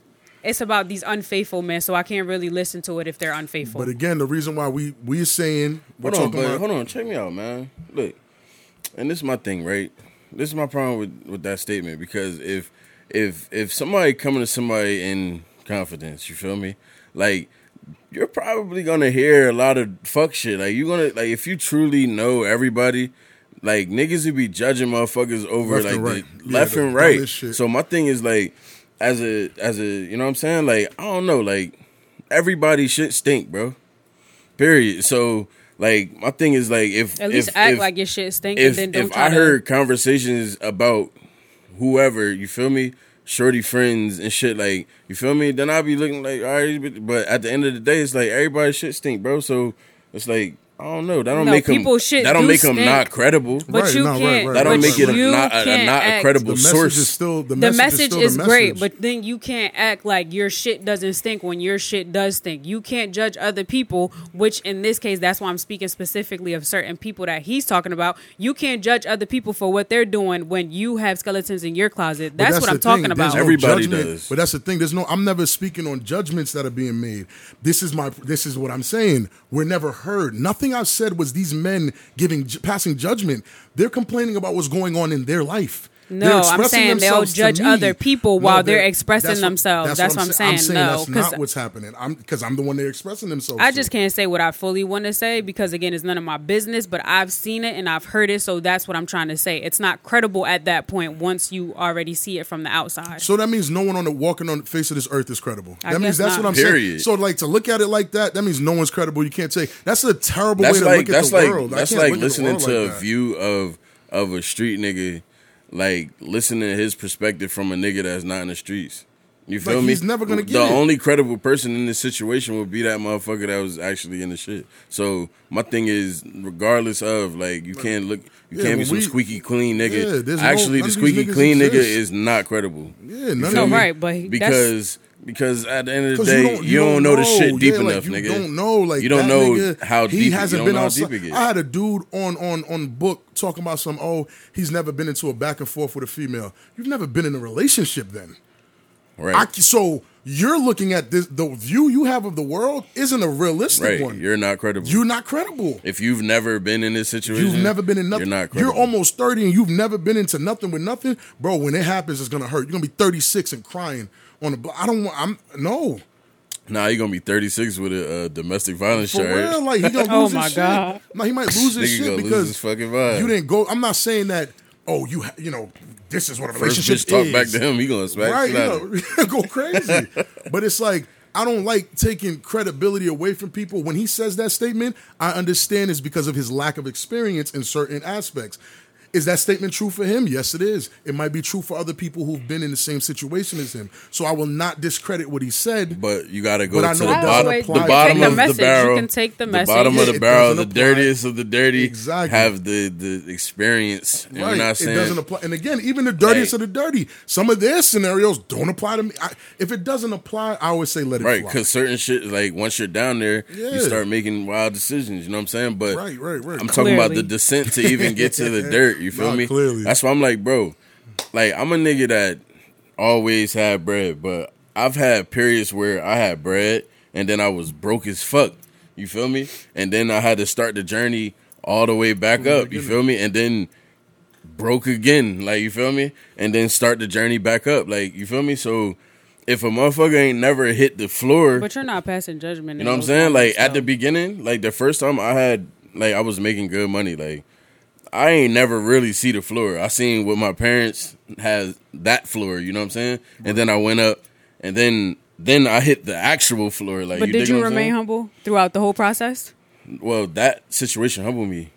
Speaker 1: It's about these unfaithful men, so I can't really listen to it if they're unfaithful.
Speaker 2: But again, the reason why we we're saying we're
Speaker 3: Hold on,
Speaker 2: talking
Speaker 3: but
Speaker 2: about
Speaker 3: hold on, check me out, man. Look, and this is my thing, right? This is my problem with with that statement because if if if somebody coming to somebody in confidence, you feel me? Like you're probably gonna hear a lot of fuck shit. Like you gonna like if you truly know everybody. Like niggas would be judging motherfuckers over
Speaker 2: Left
Speaker 3: like
Speaker 2: and
Speaker 3: the
Speaker 2: right. Yeah,
Speaker 3: left
Speaker 2: the
Speaker 3: and right.
Speaker 2: dumbest shit.
Speaker 3: So my thing is like, as a as a you know what I'm saying. Like I don't know. Like everybody shit stink, bro. Period. So like my thing is like if
Speaker 1: at least
Speaker 3: if,
Speaker 1: act
Speaker 3: if,
Speaker 1: like your shit stink,
Speaker 3: if,
Speaker 1: and then don't
Speaker 3: if
Speaker 1: try
Speaker 3: I
Speaker 1: to-
Speaker 3: heard conversations about whoever you feel me, shorty friends and shit like you feel me, then I'd be looking like all right, but- but at the end of the day, it's like everybody shit stink, bro. So it's like I don't know. That don't
Speaker 1: No,
Speaker 3: make 'em-
Speaker 1: people shit
Speaker 3: that don't
Speaker 1: do
Speaker 3: make 'em
Speaker 1: stink.
Speaker 3: not credible.
Speaker 1: But
Speaker 2: Right,
Speaker 1: you
Speaker 2: no, right,
Speaker 1: can't.
Speaker 2: right,
Speaker 3: that don't
Speaker 2: but
Speaker 3: make it a
Speaker 1: you
Speaker 3: not a, a
Speaker 1: can't
Speaker 3: not a
Speaker 1: act-
Speaker 2: the
Speaker 3: credible
Speaker 2: message
Speaker 3: source.
Speaker 2: is still the,
Speaker 1: the
Speaker 2: message,
Speaker 1: message
Speaker 2: still
Speaker 1: is
Speaker 2: the
Speaker 1: great,
Speaker 2: message.
Speaker 1: but then you can't act like your shit doesn't stink when your shit does stink. You can't judge other people, which in this case, that's why I'm speaking specifically of certain people that he's talking about. You can't judge other people for what they're doing when you have skeletons in your closet.
Speaker 2: But
Speaker 1: That's, what
Speaker 2: the
Speaker 1: I'm talking
Speaker 2: thing, there's
Speaker 1: about.
Speaker 2: no
Speaker 3: Everybody
Speaker 2: judgment,
Speaker 3: does.
Speaker 2: But that's the thing. There's no. I'm never speaking on judgments that are being made. This is my. This is what I'm saying. We're never heard. Nothing I've said was these men giving ju- passing judgment. They're complaining about what's going on in their life.
Speaker 1: No,
Speaker 2: They're
Speaker 1: I'm
Speaker 2: expressing
Speaker 1: saying they'll
Speaker 2: themselves to
Speaker 1: judge
Speaker 2: me.
Speaker 1: other people while they're
Speaker 2: they're-
Speaker 1: expressing
Speaker 2: that's what-
Speaker 1: themselves. That's what I'm
Speaker 2: I'm
Speaker 1: saying.
Speaker 2: saying
Speaker 1: No,
Speaker 2: that's
Speaker 1: 'cause-
Speaker 2: not what's happening. I'm because I'm the one they're expressing themselves.
Speaker 1: I
Speaker 2: to.
Speaker 1: just can't say what I fully want to say because again, it's none of my business. But I've seen it and I've heard it, so that's what I'm trying to say. It's not credible at that point once you already see it from the outside.
Speaker 2: So that means no one on the walking on the face of this earth is credible.
Speaker 1: I
Speaker 2: that
Speaker 1: guess
Speaker 2: means that's
Speaker 1: not.
Speaker 2: what I'm saying.
Speaker 3: Period.
Speaker 2: So like to look at it like that, that means no one's credible. You can't take that's a terrible way
Speaker 3: that's
Speaker 2: to
Speaker 3: like
Speaker 2: look
Speaker 3: that's
Speaker 2: at the
Speaker 3: like
Speaker 2: world. I
Speaker 3: that's
Speaker 2: can't
Speaker 3: like
Speaker 2: look at the
Speaker 3: listening
Speaker 2: world
Speaker 3: to
Speaker 2: like
Speaker 3: a
Speaker 2: that.
Speaker 3: view of of a street nigga, like listening to his perspective from a nigga that's not in the streets. You feel me?
Speaker 2: he's never gonna
Speaker 3: The
Speaker 2: get it.
Speaker 3: only credible person in this situation would be that motherfucker that was actually in the shit. So my thing is, regardless of like, you can't look, you
Speaker 2: Yeah,
Speaker 3: can't be
Speaker 2: when
Speaker 3: some
Speaker 2: we-
Speaker 3: squeaky clean
Speaker 2: Yeah,
Speaker 3: nigga.
Speaker 2: there's no-
Speaker 3: actually,
Speaker 2: none
Speaker 3: the
Speaker 2: of these
Speaker 3: squeaky
Speaker 2: niggas
Speaker 3: clean nigga
Speaker 2: exist.
Speaker 3: is not credible.
Speaker 2: Yeah,
Speaker 3: You
Speaker 2: none of
Speaker 3: feel
Speaker 2: them-
Speaker 3: me?
Speaker 1: Right, but he- that's-
Speaker 3: because because at the end of the day, you don't, know, the shit deep
Speaker 2: Yeah,
Speaker 3: enough,
Speaker 2: like,
Speaker 3: nigga.
Speaker 2: You don't know, like
Speaker 3: you
Speaker 2: that
Speaker 3: don't know
Speaker 2: nigga,
Speaker 3: how
Speaker 2: he
Speaker 3: deep
Speaker 2: hasn't
Speaker 3: you don't
Speaker 2: been
Speaker 3: know how
Speaker 2: outside.
Speaker 3: deep it gets.
Speaker 2: I had a dude on on on book talking about some. Oh, he's never been into a back and forth with a female. You've never been in a relationship, then. I,
Speaker 3: right,
Speaker 2: c- so you're looking at this. The view you have of the world isn't a realistic
Speaker 3: right.
Speaker 2: one.
Speaker 3: You're not credible.
Speaker 2: You're not credible.
Speaker 3: if you've never been in this situation,
Speaker 2: You've never been in nothing.
Speaker 3: You're not
Speaker 2: You're
Speaker 3: credible.
Speaker 2: almost 30 and you've never been into nothing with nothing. Bro, when it happens, it's going to hurt. You're going to be 36 and crying on the block. I don't want, I'm, no.
Speaker 3: Nah, you're gonna be 36 with a uh, domestic violence
Speaker 2: For
Speaker 3: charge.
Speaker 2: real, like he gonna
Speaker 1: Oh
Speaker 2: lose
Speaker 1: my
Speaker 2: his
Speaker 1: God.
Speaker 2: shit. No, he might lose his
Speaker 3: Nigga
Speaker 2: shit
Speaker 3: gonna lose
Speaker 2: because
Speaker 3: his fucking vibe.
Speaker 2: you didn't go. I'm not saying that. Oh, you ha- you know this is what a
Speaker 3: First
Speaker 2: relationship is.
Speaker 3: bitch talk back to him, he gonna smack
Speaker 2: right?
Speaker 3: right,
Speaker 2: You know, go crazy. but it's like I don't like taking credibility away from people. When he says that statement, I understand it's because of his lack of experience in certain aspects. Is that statement true for him? Yes, it is. It might be true for other people who've been in the same situation as him. So I will not discredit what he said.
Speaker 3: But you gotta go
Speaker 2: But I
Speaker 3: to
Speaker 2: know
Speaker 3: the
Speaker 2: it
Speaker 3: bottom,
Speaker 2: doesn't
Speaker 3: the
Speaker 2: apply.
Speaker 3: bottom
Speaker 2: Take the
Speaker 3: of
Speaker 1: message.
Speaker 3: the barrel.
Speaker 1: You can take the message.
Speaker 3: bottom of
Speaker 2: It
Speaker 3: the barrel, the
Speaker 2: doesn't apply.
Speaker 3: dirtiest of the dirty.
Speaker 2: Exactly.
Speaker 3: Have the the experience. And we're not saying
Speaker 2: it doesn't apply. And again, even the dirtiest
Speaker 3: Right.
Speaker 2: of the dirty, some of their scenarios don't apply to me. I, if it doesn't apply, I always say let it
Speaker 3: Right,
Speaker 2: fly.
Speaker 3: because certain shit, like once you're down there,
Speaker 2: Yeah.
Speaker 3: you start making wild decisions. You know what I'm saying? But
Speaker 2: Right, right, right.
Speaker 3: I'm talking about
Speaker 1: Clearly.
Speaker 3: the descent to even get to the dirt. You feel
Speaker 2: Nah,
Speaker 3: me?
Speaker 2: clearly.
Speaker 3: That's why I'm like, bro, like I'm a nigga that always had bread, but I've had periods where I had bread and then I was broke as fuck. You feel me? And then I had to start the journey all the way
Speaker 2: Oh
Speaker 3: back up. You feel me? And then broke again. Like you feel me? And then start the journey back up. Like you feel me? So if a motherfucker ain't never hit the floor,
Speaker 1: But you're not passing judgment.
Speaker 3: you know what I'm saying? Like at the beginning, like the first time I had, like I was making good money. Like I ain't never really see the floor. I seen what my parents has that floor. You know what I'm saying? And then I went up, and then then I hit the actual floor. Like,
Speaker 1: But did
Speaker 3: dig
Speaker 1: you
Speaker 3: what I'm
Speaker 1: remain
Speaker 3: saying?
Speaker 1: humble throughout the whole process?
Speaker 3: Well, that situation humbled me.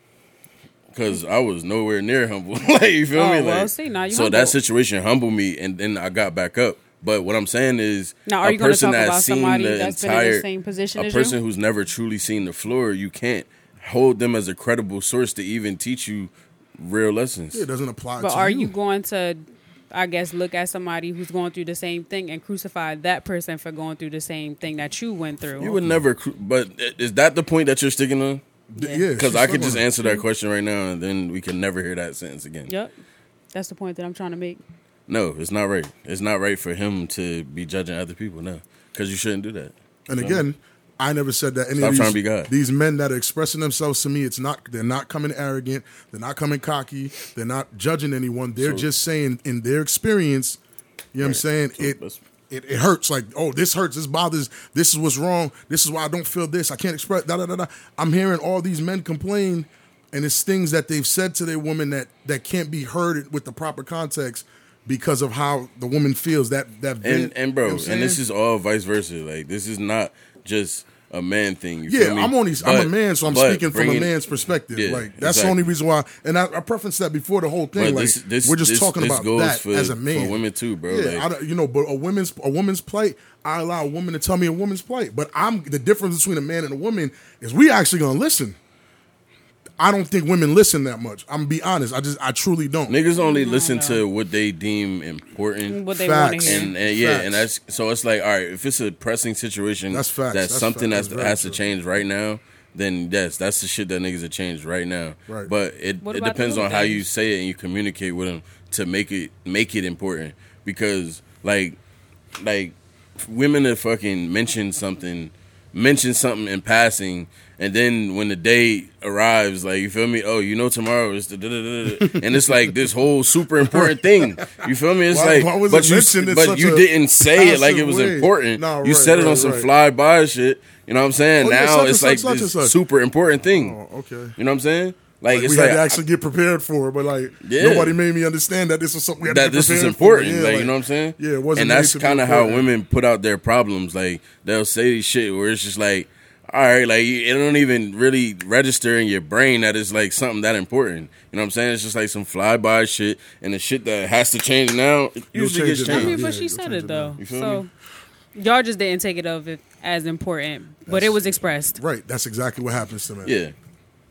Speaker 3: Cause I was nowhere near humble, like you feel
Speaker 1: Oh,
Speaker 3: me, like
Speaker 1: well, see, now you
Speaker 3: so
Speaker 1: humble.
Speaker 3: that situation humbled me, and then I got back up. But what I'm saying is,
Speaker 1: Now, are
Speaker 3: a
Speaker 1: you going to
Speaker 3: person
Speaker 1: talk
Speaker 3: that's
Speaker 1: about
Speaker 3: seen
Speaker 1: somebody
Speaker 3: the
Speaker 1: that's been in
Speaker 3: entire-
Speaker 1: the same position
Speaker 3: a
Speaker 1: as
Speaker 3: person
Speaker 1: you?
Speaker 3: who's never truly seen the floor, you can't hold them as a credible source to even teach you real lessons.
Speaker 2: It doesn't apply.
Speaker 1: But
Speaker 2: to
Speaker 1: are you going to, I guess, look at somebody who's going through the same thing and crucify that person for going through the same thing that you went through?
Speaker 3: You would never, cru- but i- is that the point that you're sticking on?
Speaker 2: D- Yeah,
Speaker 3: Because
Speaker 2: she's
Speaker 3: I could
Speaker 2: stuck
Speaker 3: just
Speaker 2: on it.
Speaker 3: answer that question right now, and then we can never hear that sentence again.
Speaker 1: Yep. That's the point that I'm trying to make.
Speaker 3: No, it's not right. It's not right for him to be judging other people. No, because you shouldn't do that.
Speaker 2: And again, I never said that any
Speaker 3: Stop
Speaker 2: of these,
Speaker 3: trying to be God.
Speaker 2: these men that are expressing themselves to me, it's not they're not coming arrogant, they're not coming cocky, they're not judging anyone. They're
Speaker 3: So-
Speaker 2: just saying in their experience, you know what I'm saying?
Speaker 3: So
Speaker 2: it,
Speaker 3: that's-
Speaker 2: it it hurts. Like, oh, this hurts, this bothers, this is what's wrong, this is why I don't feel this, I can't express da da da da. I'm hearing all these men complain and it's things that they've said to their woman that that can't be heard with the proper context because of how the woman feels that that
Speaker 3: and and bro,
Speaker 2: you know what I'm
Speaker 3: and this
Speaker 2: saying?
Speaker 3: is all vice versa. Like this is not just a man thing. You
Speaker 2: Yeah,
Speaker 3: feel me?
Speaker 2: I'm only I'm
Speaker 3: But-
Speaker 2: a man, so I'm
Speaker 3: but
Speaker 2: speaking from a
Speaker 3: bringing-
Speaker 2: man's perspective.
Speaker 3: Yeah,
Speaker 2: like that's the
Speaker 3: exactly.
Speaker 2: only reason why. And I, I preferenced that before the whole thing.
Speaker 3: But
Speaker 2: like
Speaker 3: this- this-
Speaker 2: we're just
Speaker 3: this-
Speaker 2: talking
Speaker 3: this
Speaker 2: about
Speaker 3: goes
Speaker 2: that
Speaker 3: for-
Speaker 2: as a man.
Speaker 3: for women too, bro,
Speaker 2: Yeah,
Speaker 3: like-
Speaker 2: I don't- you know, but a women's a woman's plight. I allow a woman to tell me a woman's plight, but I'm the difference between a man and a woman is we actually gonna listen. I don't think women listen that much. I'm gonna be honest. I just I truly don't.
Speaker 3: Niggas only listen to what they deem important.
Speaker 1: What they want
Speaker 2: Facts.
Speaker 1: to hear.
Speaker 3: and, and yeah, and
Speaker 2: Facts.
Speaker 3: that's so it's like all right. If it's a pressing situation,
Speaker 2: That's facts.
Speaker 3: That's,
Speaker 2: That's
Speaker 3: something
Speaker 2: facts.
Speaker 3: that's,
Speaker 2: That's very
Speaker 3: has to
Speaker 2: true.
Speaker 3: change right now. Then yes, that's the shit that niggas have changed right now.
Speaker 2: Right.
Speaker 3: But it,
Speaker 1: What
Speaker 3: it
Speaker 1: about the
Speaker 3: depends
Speaker 1: little
Speaker 3: on how you
Speaker 1: things?
Speaker 3: say it and you communicate with them to make it make it important because like like women have fucking mentioned something mention something in passing and then when the day arrives like you feel me oh you know tomorrow is the da, da, da, da. and it's like this whole super important thing you feel me it's
Speaker 2: Why-
Speaker 3: like
Speaker 2: why was
Speaker 3: but
Speaker 2: it
Speaker 3: you
Speaker 2: mentioned in
Speaker 3: but
Speaker 2: such
Speaker 3: you
Speaker 2: a
Speaker 3: didn't say it like it
Speaker 2: passive
Speaker 3: was
Speaker 2: way?
Speaker 3: important
Speaker 2: Nah,
Speaker 3: you
Speaker 2: right,
Speaker 3: said it
Speaker 2: right,
Speaker 3: on some
Speaker 2: right.
Speaker 3: fly by shit you know what I'm saying
Speaker 2: Oh, yeah,
Speaker 3: now
Speaker 2: such and
Speaker 3: it's
Speaker 2: such,
Speaker 3: like
Speaker 2: such and
Speaker 3: this
Speaker 2: such.
Speaker 3: super important thing
Speaker 2: Oh, okay.
Speaker 3: you know what I'm saying like
Speaker 2: Like,
Speaker 3: it's
Speaker 2: we
Speaker 3: like
Speaker 2: had to actually get prepared for it, but like
Speaker 3: Yeah.
Speaker 2: nobody made me understand that this was something we had to
Speaker 3: that
Speaker 2: get
Speaker 3: this is
Speaker 2: prepared for.
Speaker 3: important.
Speaker 2: Yeah,
Speaker 3: like, you know what I'm saying?
Speaker 2: Yeah, it wasn't.
Speaker 3: And
Speaker 2: made
Speaker 3: that's
Speaker 2: to be
Speaker 3: kind of how
Speaker 2: important.
Speaker 3: women put out their problems. Like they'll say shit where it's just like, all right, like you- it don't even really register in your brain that it's like something that important. You know what I'm saying? It's just like some flyby shit and the shit that has to change now. It
Speaker 2: You'll
Speaker 3: usually
Speaker 2: change
Speaker 3: gets
Speaker 2: it now.
Speaker 1: I
Speaker 3: changed.
Speaker 1: mean,
Speaker 2: Yeah,
Speaker 1: but she
Speaker 2: you'll
Speaker 1: said
Speaker 2: change
Speaker 1: it
Speaker 2: it now.
Speaker 1: though.
Speaker 3: You feel
Speaker 1: So
Speaker 3: me?
Speaker 1: y'all just didn't take it of it as important, but it was expressed.
Speaker 2: Right. That's exactly what happens to me.
Speaker 3: Yeah.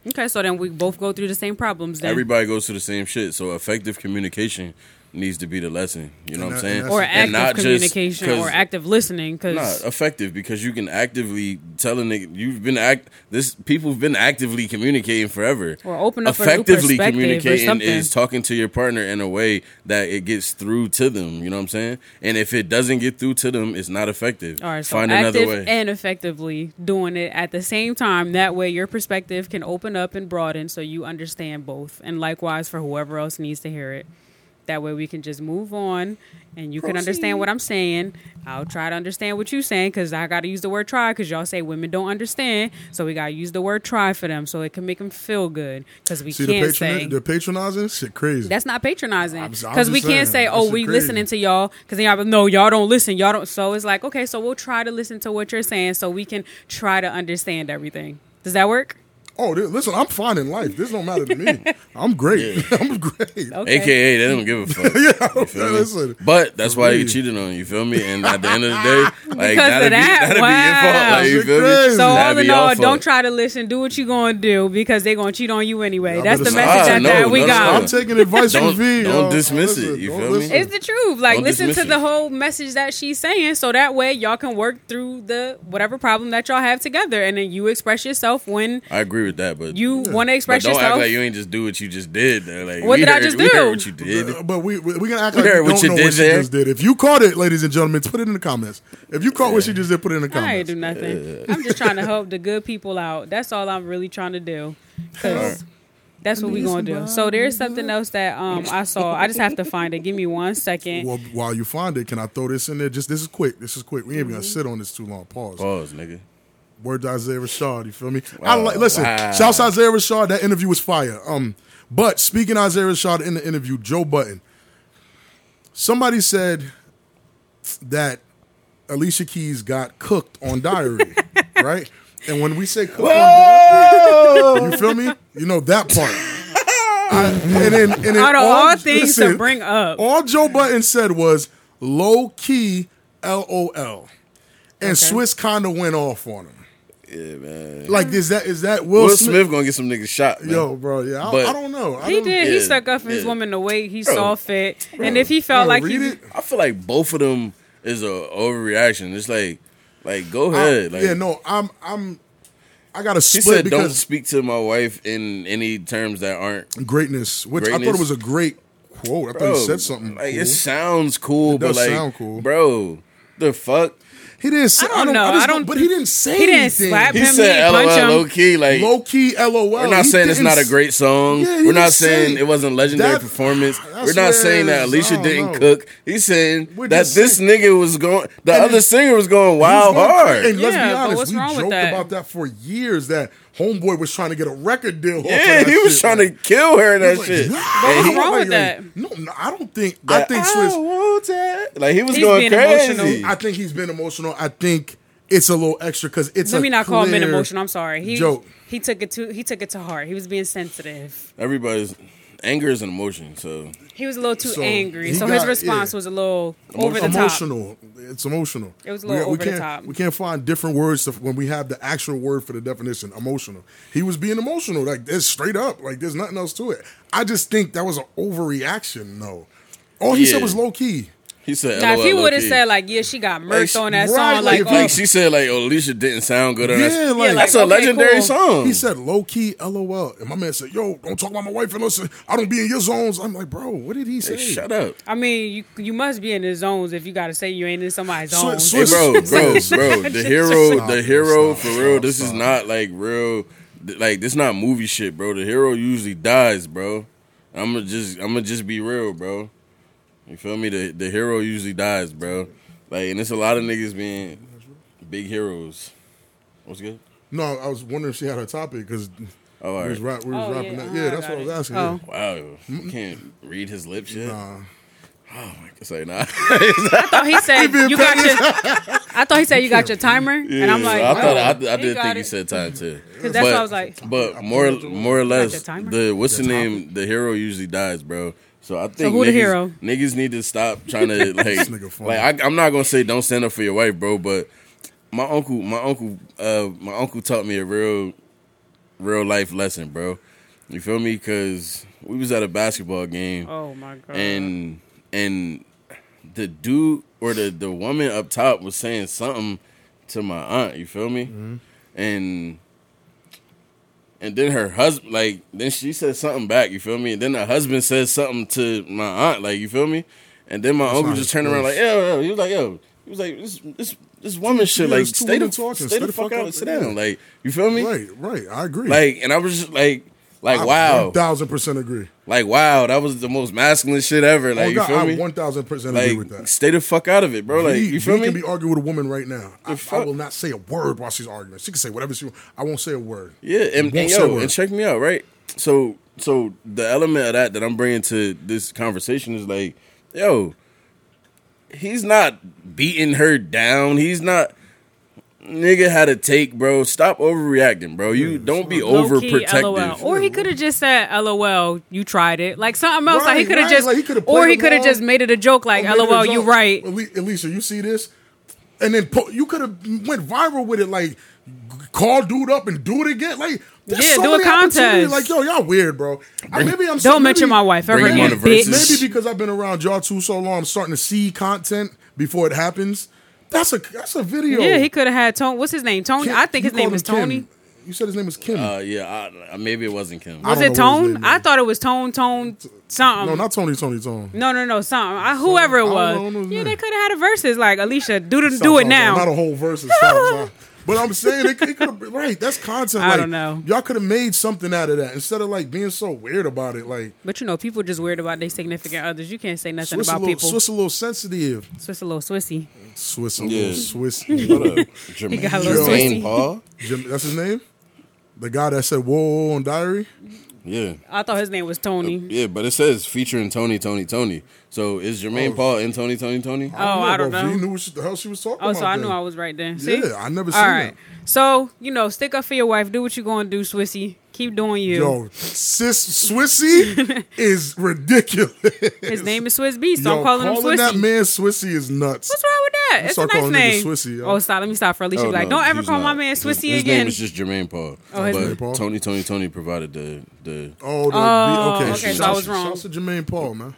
Speaker 1: Okay, so then we both go through the same problems then.
Speaker 3: Everybody goes through the same shit. So effective communication needs to be the lesson. You
Speaker 2: And
Speaker 3: know what I'm
Speaker 2: that- and
Speaker 3: saying?
Speaker 2: that's-
Speaker 1: or
Speaker 2: And
Speaker 1: active
Speaker 3: not just
Speaker 1: communication
Speaker 3: 'cause-
Speaker 1: or active listening
Speaker 3: Not
Speaker 1: because
Speaker 3: effective because you can actively tell a nigga you've been act this people've been actively communicating forever.
Speaker 1: Or open up a new
Speaker 3: effectively
Speaker 1: perspective or
Speaker 3: communicating
Speaker 1: something.
Speaker 3: is talking to your partner in a way that it gets through to them. You know what I'm saying? And if it doesn't get through to them, it's not effective.
Speaker 1: All right, so
Speaker 3: Find
Speaker 1: active
Speaker 3: another way.
Speaker 1: and effectively doing it at the same time. That way, your perspective can open up and broaden, so you understand both. And likewise for whoever else needs to hear it. That way, we can just move on, and you can understand what I'm saying. I'll try to understand what you're saying because I got to use the word try because y'all say women don't understand, so we got to use the word try for them so it can make them feel good because we
Speaker 2: See the
Speaker 1: can't
Speaker 2: patron
Speaker 1: say
Speaker 2: the patronizing shit crazy.
Speaker 1: that's not patronizing
Speaker 2: I'm just- I'm
Speaker 1: because we
Speaker 2: just
Speaker 1: can't
Speaker 2: saying.
Speaker 1: say,
Speaker 2: That
Speaker 1: "Oh,
Speaker 2: shit
Speaker 1: we
Speaker 2: crazy.
Speaker 1: listening to y'all," because then y'all be, no, y'all don't listen, y'all don't. So it's like, okay, so we'll try to listen to what you're saying, so we can try to understand everything. Does that work?
Speaker 2: oh, dude, listen, I'm fine in life. This don't matter to me. I'm great. I'm great.
Speaker 1: Okay.
Speaker 3: AKA, they don't give a fuck. You feel me?
Speaker 2: listen.
Speaker 3: But that's why you
Speaker 2: Agreed.
Speaker 3: cheated on. You feel me? And at the end of the day, like
Speaker 1: Because
Speaker 3: that'd
Speaker 1: of that?
Speaker 3: be that'd
Speaker 1: Wow.
Speaker 3: be your
Speaker 2: Shit
Speaker 3: fault. Like, you feel me?
Speaker 2: crazy.
Speaker 1: So
Speaker 3: That'd
Speaker 1: all in
Speaker 3: be your
Speaker 1: all, don't
Speaker 3: fault.
Speaker 1: try to listen. Do what you gonna do because they gonna cheat on you anyway.
Speaker 2: Y'all
Speaker 1: That's the
Speaker 2: better
Speaker 1: message
Speaker 2: stop.
Speaker 1: that,
Speaker 3: No,
Speaker 1: that we
Speaker 3: no,
Speaker 1: got.
Speaker 2: I'm taking advice
Speaker 3: Don't-
Speaker 2: from V.
Speaker 3: don't
Speaker 2: yo.
Speaker 3: dismiss it, you
Speaker 2: don't
Speaker 3: feel me?
Speaker 1: It's the truth. Like
Speaker 3: Don't
Speaker 1: listen
Speaker 3: dismiss
Speaker 1: to
Speaker 3: it.
Speaker 1: the whole message that she's saying, so that way y'all can work through the whatever problem that y'all have together, and then you express yourself when
Speaker 3: I agree with with that, but
Speaker 1: You want to
Speaker 3: but
Speaker 1: express
Speaker 3: don't
Speaker 1: yourself?
Speaker 3: act like you ain't just do what you just did. though. Like
Speaker 1: What
Speaker 3: we
Speaker 1: did I
Speaker 3: heard-
Speaker 1: just
Speaker 3: We
Speaker 1: do?
Speaker 3: heard what you did.
Speaker 2: Uh, But we we- we gonna act like we
Speaker 3: heard
Speaker 2: don't
Speaker 3: what you
Speaker 2: know
Speaker 3: did
Speaker 2: what she
Speaker 3: there.
Speaker 2: just did. If you caught it, ladies and gentlemen, put it in the comments. If you caught what she just did, put it in the
Speaker 1: I ain't
Speaker 2: comments.
Speaker 1: do nothing.
Speaker 2: Uh.
Speaker 1: I'm just trying to help the good people out. That's all I'm really trying to do. Because that's what we gonna do. So there's something else that um I saw. I just have to find it. Give me one second.
Speaker 2: Well, while you find it, can I throw this in there? Just this is quick. This is quick. We ain't gonna
Speaker 1: Mm-hmm.
Speaker 2: sit on this too long. Pause.
Speaker 3: Pause, nigga.
Speaker 2: Word to Isaiah Rashad. You feel me? I
Speaker 3: Wow.
Speaker 2: like. Listen,
Speaker 3: Wow.
Speaker 2: shouts to Isaiah Rashad. That interview was fire. Um, but speaking of Isaiah Rashad in the interview, Joe Button. Somebody said that Alicia Keys got cooked on Diary, right? And when we say cooked, on Diary, you feel me? You know that part. I- and then, and then
Speaker 1: Out of all things to
Speaker 2: listen,
Speaker 1: bring up.
Speaker 2: all Joe Button said was low key LOL. And Swiss kind of went off on him.
Speaker 3: Yeah, man.
Speaker 2: Like, is that is that Will,
Speaker 3: Will
Speaker 2: Smith?
Speaker 3: Smith gonna get some niggas shot. man.
Speaker 2: Yo, bro, yeah, I,
Speaker 3: But-
Speaker 2: I don't know. I
Speaker 1: He
Speaker 2: don't-
Speaker 1: did. He
Speaker 3: Yeah,
Speaker 1: stuck up for his
Speaker 3: yeah.
Speaker 1: woman the way he saw fit. And if he
Speaker 2: Bro,
Speaker 1: felt like
Speaker 2: read
Speaker 1: he
Speaker 2: it.
Speaker 3: I feel like both of them is a overreaction. It's like, like go
Speaker 2: I-
Speaker 3: ahead. like,
Speaker 2: yeah, no, I'm, I'm, I got to
Speaker 3: She
Speaker 2: split
Speaker 3: said, "Don't
Speaker 2: because
Speaker 3: speak to my wife in any terms that aren't."
Speaker 2: greatness, which I thought it
Speaker 3: Greatness.
Speaker 2: was a great quote. I thought
Speaker 3: Bro,
Speaker 2: he said something.
Speaker 3: Like
Speaker 2: cool.
Speaker 3: it sounds cool,
Speaker 2: does
Speaker 3: but like,
Speaker 2: sound cool.
Speaker 3: bro, the fuck?
Speaker 2: he didn't. Say,
Speaker 1: I don't know.
Speaker 2: just
Speaker 1: I don't-
Speaker 2: But he didn't say.
Speaker 1: he didn't
Speaker 2: anything.
Speaker 1: slap
Speaker 3: He
Speaker 1: Him, he
Speaker 3: said,
Speaker 1: punch him.
Speaker 3: "LOL, low key." Like
Speaker 2: Low key, lol.
Speaker 3: we're not saying it's not a great song.
Speaker 2: Yeah, he
Speaker 3: we're not
Speaker 2: didn't say-
Speaker 3: saying it wasn't legendary
Speaker 2: That-
Speaker 3: performance.
Speaker 2: that's
Speaker 3: We're not saying
Speaker 2: where it
Speaker 3: that
Speaker 2: is. I
Speaker 3: Alicia
Speaker 2: don't
Speaker 3: didn't
Speaker 2: know.
Speaker 3: cook. He's saying
Speaker 2: We're
Speaker 3: that
Speaker 2: just
Speaker 3: this nigga was going. The other singer was going wild hard.
Speaker 2: And let's
Speaker 1: Yeah,
Speaker 2: be
Speaker 1: but
Speaker 2: honest,
Speaker 1: what's
Speaker 2: we
Speaker 1: wrong with
Speaker 2: joked
Speaker 1: that?
Speaker 2: about that for years. That homeboy was trying to get a record deal. off of
Speaker 3: yeah,
Speaker 2: that
Speaker 3: he was
Speaker 2: shit.
Speaker 3: trying to kill her in that
Speaker 2: Like,
Speaker 3: shit.
Speaker 2: nah.
Speaker 1: And what's he- wrong with that?
Speaker 2: No, no, I don't think. I
Speaker 3: Like,
Speaker 2: think Swiss.
Speaker 3: want that. Like he was
Speaker 1: He's
Speaker 3: going
Speaker 1: being
Speaker 3: crazy.
Speaker 1: emotional.
Speaker 2: I think he's been emotional. I think it's a little extra because it's.
Speaker 1: let
Speaker 2: a
Speaker 1: me not call him an
Speaker 2: clear-
Speaker 1: emotion. I'm sorry. He
Speaker 2: joke.
Speaker 1: he took it to he took it to heart. He was being sensitive.
Speaker 3: Everybody's anger is an emotion, so
Speaker 1: He was a little too
Speaker 2: So,
Speaker 1: angry.
Speaker 2: he
Speaker 1: So his
Speaker 2: got-
Speaker 1: response
Speaker 2: yeah.
Speaker 1: was a little over the top.
Speaker 2: emotional. It's emotional.
Speaker 1: It was a little
Speaker 2: we,
Speaker 1: over the
Speaker 2: can't,
Speaker 1: top.
Speaker 2: We can't find different words to, when we have the actual word for the definition. Emotional. He was being emotional. Like that's straight up. Like there's nothing else to it. I just think that was an overreaction. though. all he said
Speaker 3: Yeah.
Speaker 2: was low key.
Speaker 3: he said.
Speaker 1: Now, if
Speaker 3: LOL,
Speaker 1: he would have
Speaker 3: low-key.
Speaker 1: said like, "Yeah, she got murked
Speaker 3: sh-
Speaker 1: on that song,"
Speaker 2: right, like,
Speaker 1: like,
Speaker 2: if
Speaker 1: oh,
Speaker 3: like she said, like oh, Alicia didn't sound good. on
Speaker 2: Yeah, like-
Speaker 3: that.
Speaker 1: Yeah, like,
Speaker 3: that's a
Speaker 1: okay,
Speaker 3: legendary
Speaker 1: cool.
Speaker 3: song.
Speaker 2: He said low key, lol. And my man said, "Yo, don't talk about my wife unless I don't be in your zones." I'm like, bro, what did he say?
Speaker 3: Hey, shut up.
Speaker 1: I mean, you you must be in the zones if you got to say you ain't in somebody's
Speaker 2: Swi-
Speaker 1: zones.
Speaker 2: swi-
Speaker 3: Hey, bro, bro, bro. The hero,
Speaker 2: Stop,
Speaker 3: the hero
Speaker 2: stop,
Speaker 3: for
Speaker 2: stop,
Speaker 3: real. this is
Speaker 2: stop.
Speaker 3: not like real. th- Like this not movie shit, bro. The hero usually dies, bro. I'm gonna just, I'm gonna just be real, bro. You feel me? The the hero usually dies, bro. Like, and it's a lot of niggas being big heroes. What's good?
Speaker 2: No, I was wondering if she had her topic because
Speaker 3: Oh, all
Speaker 2: we was,
Speaker 3: right.
Speaker 2: rap, we was
Speaker 1: Oh,
Speaker 2: rapping
Speaker 1: yeah,
Speaker 2: that.
Speaker 1: uh-huh,
Speaker 2: Yeah,
Speaker 1: I
Speaker 2: that's
Speaker 1: got
Speaker 2: what I was
Speaker 1: it.
Speaker 2: asking.
Speaker 1: Oh.
Speaker 3: Wow, you can't read his lips yet.
Speaker 2: yeah. Nah.
Speaker 3: Oh my god, say nah.
Speaker 1: I thought he said you got your. I thought he said you got your timer, and I'm like,
Speaker 3: I thought
Speaker 1: oh,
Speaker 3: I, I did
Speaker 1: got
Speaker 3: think you
Speaker 1: it.
Speaker 3: said time too.
Speaker 1: 'Cause that's
Speaker 3: But-
Speaker 1: why I was like-
Speaker 3: but more, more
Speaker 1: the
Speaker 3: or less,
Speaker 1: timer?
Speaker 3: the what's the, name? The hero usually dies, bro. So I think
Speaker 1: who
Speaker 3: niggas,
Speaker 1: the hero?
Speaker 3: niggas need to stop trying to like,
Speaker 2: nigga funny.
Speaker 3: like I, I'm not gonna say don't stand up for your wife, bro. But my uncle, my uncle, uh, my uncle taught me a real, real life lesson, bro. You feel me? Because we was at a basketball game
Speaker 1: Oh my god!
Speaker 3: and
Speaker 2: Uh-huh.
Speaker 3: and the dude or the the woman up top was saying something to my aunt. You feel me?
Speaker 2: Mm-hmm.
Speaker 3: And and then her husband, like, then she said something back. You feel me? And then the husband said something to my aunt, like, you feel me? And then my uncle
Speaker 2: not
Speaker 3: just
Speaker 2: his
Speaker 3: turned around,
Speaker 2: place.
Speaker 3: like, yo, yo, he was like, yo, he was like, this this this woman shit,
Speaker 2: yeah,
Speaker 3: like,
Speaker 2: it's two
Speaker 3: stay the,
Speaker 2: women talking.
Speaker 3: stay the fuck, out, sit down,
Speaker 2: yeah.
Speaker 3: like, you feel me?
Speaker 2: Right, right. I agree.
Speaker 3: Like, and I was just like, like,
Speaker 2: I
Speaker 3: wow,
Speaker 2: 1000% agree.
Speaker 3: like, wow, that was the most masculine shit ever,
Speaker 2: Oh,
Speaker 3: like, you
Speaker 2: God,
Speaker 3: feel
Speaker 2: I
Speaker 3: me?
Speaker 2: 1000% agree with
Speaker 3: Like,
Speaker 2: that.
Speaker 3: stay the fuck out of it, bro. Like,
Speaker 2: V-
Speaker 3: you feel
Speaker 2: V
Speaker 3: me?
Speaker 2: can be arguing with a woman right now. I, I
Speaker 3: fuck?
Speaker 2: will not say a word while she's arguing. She can say whatever she wants. I won't say a word.
Speaker 3: yeah, and,
Speaker 2: Won't
Speaker 3: and
Speaker 2: say a
Speaker 3: yo,
Speaker 2: word.
Speaker 3: and check me out, right? So, so the element of that that I'm bringing to this conversation is like, yo, he's not beating her down. He's not. Nigga had a take, bro. Stop overreacting, bro. You don't be
Speaker 1: Low-key,
Speaker 3: overprotective.
Speaker 1: LOL. Or he could have just said, "LOL, you tried it." Like something else. like he
Speaker 2: Right,
Speaker 1: could have
Speaker 2: right,
Speaker 1: just,
Speaker 2: like, he coulda
Speaker 1: or
Speaker 2: played
Speaker 1: he
Speaker 2: along.
Speaker 1: could have just made it a joke, like,
Speaker 2: Oh, maybe
Speaker 1: "LOL,
Speaker 2: it's
Speaker 1: you
Speaker 2: all-
Speaker 1: right."
Speaker 2: Ali- Alicia, you see this? And then po- you could have went viral with it, like g- call dude up and do it again. Like, there's
Speaker 1: Yeah,
Speaker 2: so
Speaker 1: do a
Speaker 2: many opportunities.
Speaker 1: contest.
Speaker 2: Like, yo, y'all weird, bro. I, maybe I'm so-
Speaker 1: Don't mention
Speaker 2: maybe-
Speaker 1: my wife ever
Speaker 3: Bring him on
Speaker 1: again,
Speaker 3: the verses.
Speaker 1: bitch.
Speaker 2: Maybe because I've been around y'all two so long, I'm starting to see content before it happens. That's a that's a video.
Speaker 1: Yeah, he could have had Tony. What's his name? Tony.
Speaker 2: Kim-
Speaker 1: I think
Speaker 2: you
Speaker 1: his name
Speaker 2: called
Speaker 1: is
Speaker 2: him Kim.
Speaker 1: Tony.
Speaker 2: You said his name was Kim.
Speaker 3: Uh, yeah, I, maybe it wasn't Kim.
Speaker 2: I
Speaker 1: Was
Speaker 2: don't
Speaker 1: it
Speaker 2: know what his name
Speaker 1: Tone? I
Speaker 2: is.
Speaker 1: thought it was Tone, Tone, something.
Speaker 2: no, not Tony, Tony, Tony.
Speaker 1: No, no, no, something. I, whoever it
Speaker 2: Some- I don't
Speaker 1: was.
Speaker 2: know whose
Speaker 1: yeah,
Speaker 2: name.
Speaker 1: they could have had a versus like Alicia. Do the, do
Speaker 2: Sounds
Speaker 1: it
Speaker 2: like-
Speaker 1: now.
Speaker 2: Not a whole verse. It sounds like- But I'm saying it, could have been right. That's content.
Speaker 1: I
Speaker 2: like,
Speaker 1: don't know.
Speaker 2: Y'all could have made something out of that instead of like being so weird about it. Like
Speaker 1: but you know, people just weird about their significant others. You can't say nothing
Speaker 2: Swiss a
Speaker 1: about
Speaker 2: little,
Speaker 1: people.
Speaker 2: Swiss a little sensitive.
Speaker 1: Swiss a little Swissy.
Speaker 2: Swiss a
Speaker 3: Yeah.
Speaker 2: little Swiss.
Speaker 3: What up? Jermaine,
Speaker 1: got a little
Speaker 3: Jermaine
Speaker 1: swissy.
Speaker 3: Paul?
Speaker 2: Jim, that's his name. The guy that said "Whoa" whoa, on Diary.
Speaker 1: Oh,
Speaker 3: Yeah.
Speaker 1: I thought his name was Tony.
Speaker 3: Yeah, but it says featuring Tony, Tony, Tony. So is Jermaine Paul and Tony, Tony, Tony?
Speaker 1: Oh, I don't
Speaker 2: but
Speaker 1: know.
Speaker 2: He knew what she, the hell she was talking
Speaker 1: Oh,
Speaker 2: about.
Speaker 1: so I knew
Speaker 2: then.
Speaker 1: I was right then. See?
Speaker 2: Yeah, I never
Speaker 1: All
Speaker 2: seen
Speaker 1: right.
Speaker 2: that.
Speaker 1: So you know, stick up for your wife. Do what you gonna do, Swissy. Keep doing you.
Speaker 2: Yo, sis Swissy is ridiculous.
Speaker 1: His name is Swiss B, so
Speaker 2: Yo,
Speaker 1: I'm calling, him Swissy.
Speaker 2: that man Swissy is nuts.
Speaker 1: What's wrong with that? It's a
Speaker 2: start
Speaker 1: nice
Speaker 2: calling niggas
Speaker 1: name.
Speaker 2: Swissy, yo.
Speaker 1: oh, stop. Let me stop for Alicia.
Speaker 3: Oh,
Speaker 1: Be like,
Speaker 3: no,
Speaker 1: don't ever
Speaker 3: he's
Speaker 1: call my
Speaker 3: not.
Speaker 1: man
Speaker 3: His-
Speaker 1: Swissy
Speaker 3: his
Speaker 1: again.
Speaker 3: name is just Jermaine Paul.
Speaker 1: Oh, his- Jermaine
Speaker 3: but
Speaker 2: Paul?
Speaker 3: Tony, Tony, Tony provided the the.
Speaker 2: Oh, the,
Speaker 1: Oh,
Speaker 2: the- okay.
Speaker 1: okay, so I
Speaker 2: Shouts-
Speaker 1: was wrong.
Speaker 2: Shouts to Jermaine Paul, man.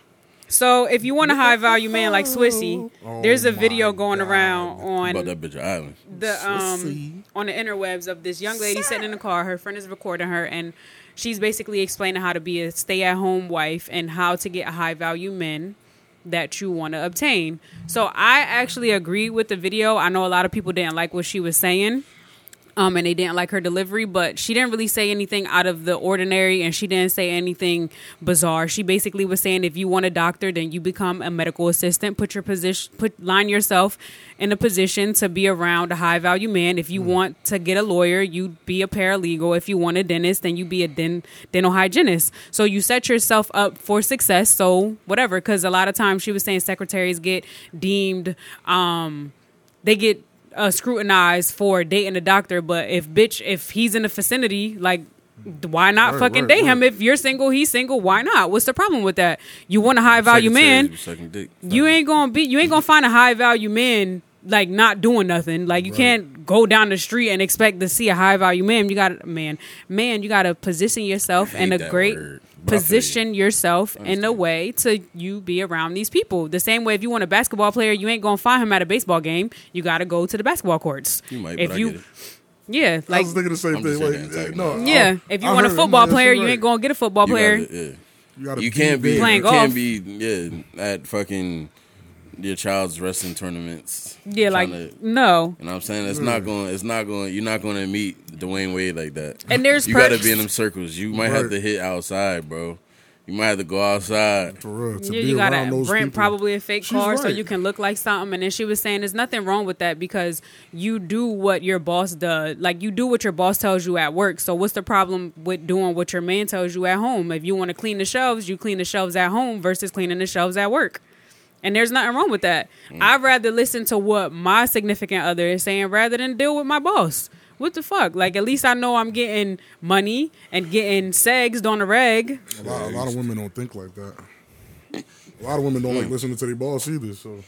Speaker 1: So if you want a high value man like Swissy,
Speaker 2: Oh
Speaker 1: there's a
Speaker 2: my
Speaker 1: video going
Speaker 2: God.
Speaker 1: around
Speaker 3: About
Speaker 1: on
Speaker 3: that bitch island.
Speaker 1: the um
Speaker 2: Swissy.
Speaker 1: on the interwebs of this young lady sitting in the car. Her friend is recording her, and she's basically explaining how to be a stay at home wife and how to get high value men that you want to obtain. So I actually agreed with the video. I know a lot of people didn't like what she was saying. um, and they didn't like her delivery, but she didn't really say anything out of the ordinary and she didn't say anything bizarre. She basically was saying if you want a doctor, then you become a medical assistant. Put your position, put line yourself in a position to be around a high value man. If you want to get a lawyer, you be a paralegal. If you want a dentist, then you be a den- dental hygienist. So you set yourself up for success. So whatever, because a lot of times she was saying secretaries get deemed, um, they get uh, scrutinized for dating a doctor. But if bitch, if he's in the vicinity, like. d- Why not
Speaker 2: Right,
Speaker 1: fucking
Speaker 2: right,
Speaker 1: date him?
Speaker 2: right.
Speaker 1: If you're single, he's single. Why not? What's the problem with that? You want a high value man.
Speaker 3: Second dick.
Speaker 1: You ain't gonna be. You ain't gonna find a high value man like not doing nothing. Like you can't go down the street and expect to see a high value man. You got to man, man. You got to position yourself in
Speaker 3: hate
Speaker 1: a
Speaker 3: that
Speaker 1: great
Speaker 3: word, but I feel you.
Speaker 1: position yourself in a way to you be around these people. The same way if you want a basketball player, you ain't gonna find him at a baseball game. You got to go to the basketball courts.
Speaker 3: You might.
Speaker 1: If
Speaker 3: but
Speaker 1: you,
Speaker 3: I get it.
Speaker 1: yeah, like
Speaker 2: I was thinking the same
Speaker 3: I'm
Speaker 2: thing.
Speaker 3: just saying
Speaker 2: Like,
Speaker 3: that,
Speaker 2: eh,
Speaker 3: like,
Speaker 2: no,
Speaker 1: yeah.
Speaker 2: I-
Speaker 1: if you
Speaker 2: I
Speaker 1: want a
Speaker 2: heard him,
Speaker 1: football
Speaker 2: yeah, she
Speaker 1: player, you
Speaker 2: right.
Speaker 1: ain't gonna get a football
Speaker 3: You
Speaker 1: player.
Speaker 3: gotta- yeah.
Speaker 2: You, gotta
Speaker 3: You can't be.
Speaker 1: Playing
Speaker 3: you can't
Speaker 1: golf.
Speaker 3: be. Yeah, at fucking your child's wrestling tournaments.
Speaker 1: Yeah, like
Speaker 3: Tryna-
Speaker 1: no.
Speaker 3: You know what I'm saying? It's not going. It's not going. You're not going to meet Dwayne Wade like that.
Speaker 1: And there's
Speaker 3: you got to
Speaker 1: perks.
Speaker 3: be in them circles. You might have
Speaker 2: Right.
Speaker 3: to hit outside, bro. You might have to go outside.
Speaker 2: for real. To
Speaker 1: yeah,
Speaker 2: be
Speaker 1: you gotta
Speaker 2: around those
Speaker 1: rent
Speaker 2: people.
Speaker 1: probably a fake
Speaker 2: She's
Speaker 1: car so
Speaker 2: right.
Speaker 1: you can look like something. And then she was saying there's nothing wrong with that because you do what your boss does. Like you do what your boss tells you at work. So what's the problem with doing what your man tells you at home? If you want to clean the shelves, you clean the shelves at home versus cleaning the shelves at work. And there's nothing wrong with that.
Speaker 2: Mm.
Speaker 1: I'd rather listen to what my significant other is saying rather than deal with my boss. What the fuck? Like at least I know I'm getting money and getting segs on the reg.
Speaker 2: A lot, a lot of women don't think like that. A lot of women don't like
Speaker 3: Hmm.
Speaker 2: listening to their boss either. So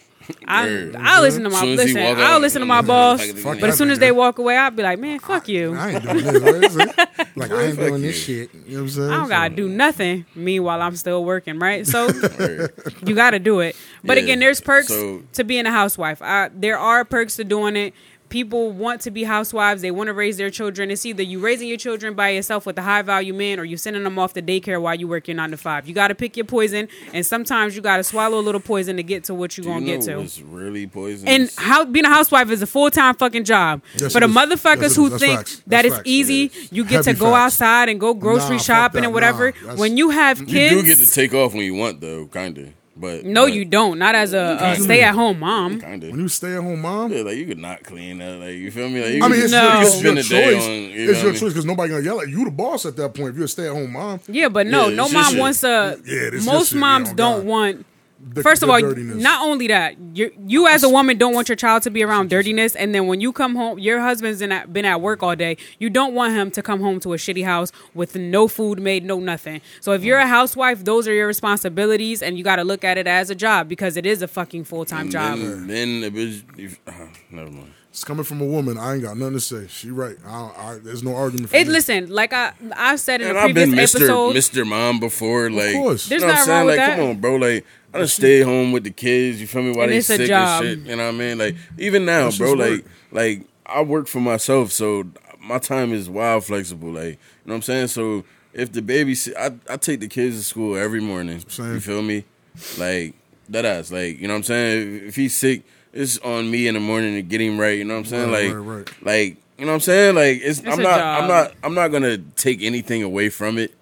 Speaker 1: I
Speaker 3: Word.
Speaker 1: I listen to
Speaker 3: Mm-hmm. Soon
Speaker 1: my
Speaker 3: as he
Speaker 1: listen.
Speaker 3: walk
Speaker 1: I'll
Speaker 3: out,
Speaker 1: listen to
Speaker 3: I'm
Speaker 1: my
Speaker 3: like,
Speaker 1: boss,
Speaker 3: fuck
Speaker 1: but as
Speaker 2: that
Speaker 1: soon as
Speaker 2: nigga.
Speaker 1: they walk away, I'll be like, man, fuck you. I
Speaker 2: I ain't doing this. Right? Is it? Like I ain't doing this shit. You know what I'm saying?
Speaker 1: don't gotta do nothing. Meanwhile, I'm still working, right? So
Speaker 3: Word.
Speaker 1: you gotta do it. But
Speaker 3: Yeah.
Speaker 1: again, there's perks
Speaker 3: So-
Speaker 1: to being a housewife. I, there are perks to doing it. People want to be housewives. They want to raise their children. It's either you raising your children by yourself with a high value man, or you sending them off to daycare while you work your nine to five. You got to pick your poison, and sometimes you got to swallow a little poison to get to what you're
Speaker 3: Do you
Speaker 1: gonna
Speaker 3: know
Speaker 1: get to.
Speaker 3: what's really poisonous?
Speaker 1: and how being a housewife is a full time fucking job.
Speaker 2: Yes,
Speaker 1: For
Speaker 2: it
Speaker 1: the
Speaker 2: is.
Speaker 1: motherfuckers
Speaker 2: Yes, it
Speaker 1: who
Speaker 2: is. That's
Speaker 1: think
Speaker 2: facts.
Speaker 1: that
Speaker 2: That's
Speaker 1: it's
Speaker 2: facts.
Speaker 1: easy,
Speaker 2: It is.
Speaker 1: you get to
Speaker 2: Heavy
Speaker 1: go
Speaker 2: facts.
Speaker 1: outside and go grocery
Speaker 2: Nah, fuck
Speaker 1: shopping
Speaker 2: that.
Speaker 1: and whatever.
Speaker 2: Nah, that's-
Speaker 1: when you have
Speaker 3: you
Speaker 1: kids,
Speaker 3: do get to take off when you want, though, kind of. But
Speaker 1: no,
Speaker 3: but,
Speaker 1: you don't. Not as a, uh
Speaker 3: do.
Speaker 1: stay at home mom.
Speaker 3: Kind
Speaker 2: When
Speaker 3: of.
Speaker 2: you stay at home mom,
Speaker 3: Yeah, like you could not clean that. Like you feel me? Like, you
Speaker 2: I
Speaker 3: could
Speaker 2: mean, it's,
Speaker 3: just-
Speaker 1: No.
Speaker 2: your,
Speaker 3: you
Speaker 2: it's
Speaker 3: could
Speaker 2: your
Speaker 3: spend a day
Speaker 2: choice.
Speaker 3: on. You know
Speaker 2: it's
Speaker 3: what
Speaker 2: your
Speaker 3: I mean?
Speaker 2: choice because nobody gonna yell at you. You, the boss at that point. If you're a stay at home mom,
Speaker 1: Yeah, but no,
Speaker 3: Yeah,
Speaker 1: no
Speaker 3: it's
Speaker 1: mom
Speaker 3: just-
Speaker 1: wants a.
Speaker 2: Yeah, this-
Speaker 1: most
Speaker 2: this shit,
Speaker 1: moms
Speaker 2: yeah, oh
Speaker 1: don't
Speaker 2: God.
Speaker 1: want.
Speaker 2: the-
Speaker 1: First of
Speaker 2: the
Speaker 1: all,
Speaker 2: dirtiness.
Speaker 1: not only that, you you as a woman don't want your child to be around dirtiness, and then when you come home, your husband's in at, been at work all day. You don't want him to come home to a shitty house with no food made, no nothing. So if you're a
Speaker 2: Mm.
Speaker 1: housewife, those are your responsibilities, and you got to look at it as a job because it is a fucking full time
Speaker 2: Mm,
Speaker 3: And
Speaker 1: job.
Speaker 2: mm-hmm.
Speaker 3: Then, then the bitch. If, ah, never mind.
Speaker 2: it's coming from a woman. I ain't got nothing to say. She right. I, don't- I, there's no argument. For
Speaker 1: It
Speaker 2: me.
Speaker 1: listen, like I I've said in
Speaker 3: And
Speaker 1: a
Speaker 3: I've been
Speaker 1: previous
Speaker 3: Mr.
Speaker 1: episode,
Speaker 3: Mr. Mom before, like
Speaker 2: course.
Speaker 3: you
Speaker 1: There's
Speaker 3: know what I'm
Speaker 1: nothing
Speaker 3: saying?
Speaker 1: wrong with
Speaker 3: like,
Speaker 1: that.
Speaker 3: come on, bro. Like I just stay home with the kids. You feel me? While
Speaker 1: And
Speaker 3: they
Speaker 1: it's a
Speaker 3: sick and
Speaker 1: job.
Speaker 3: shit. You know what I mean? Like even now,
Speaker 2: That's
Speaker 3: bro.
Speaker 2: just
Speaker 3: Like
Speaker 2: work.
Speaker 3: like I work for myself, so my time is wild flexible. Like you know what I'm saying. So if the baby, si- I I take the kids to school every morning.
Speaker 2: Same.
Speaker 3: You feel me? Like that ass. Like you know what I'm saying. If, if he's sick, it's on me in the morning to get him right. You know what I'm saying.
Speaker 2: Right,
Speaker 3: like
Speaker 2: right, right.
Speaker 3: like you know what I'm saying. Like it's,
Speaker 1: It's
Speaker 3: I'm
Speaker 1: a
Speaker 3: not
Speaker 1: job.
Speaker 3: I'm not I'm not gonna take anything away from it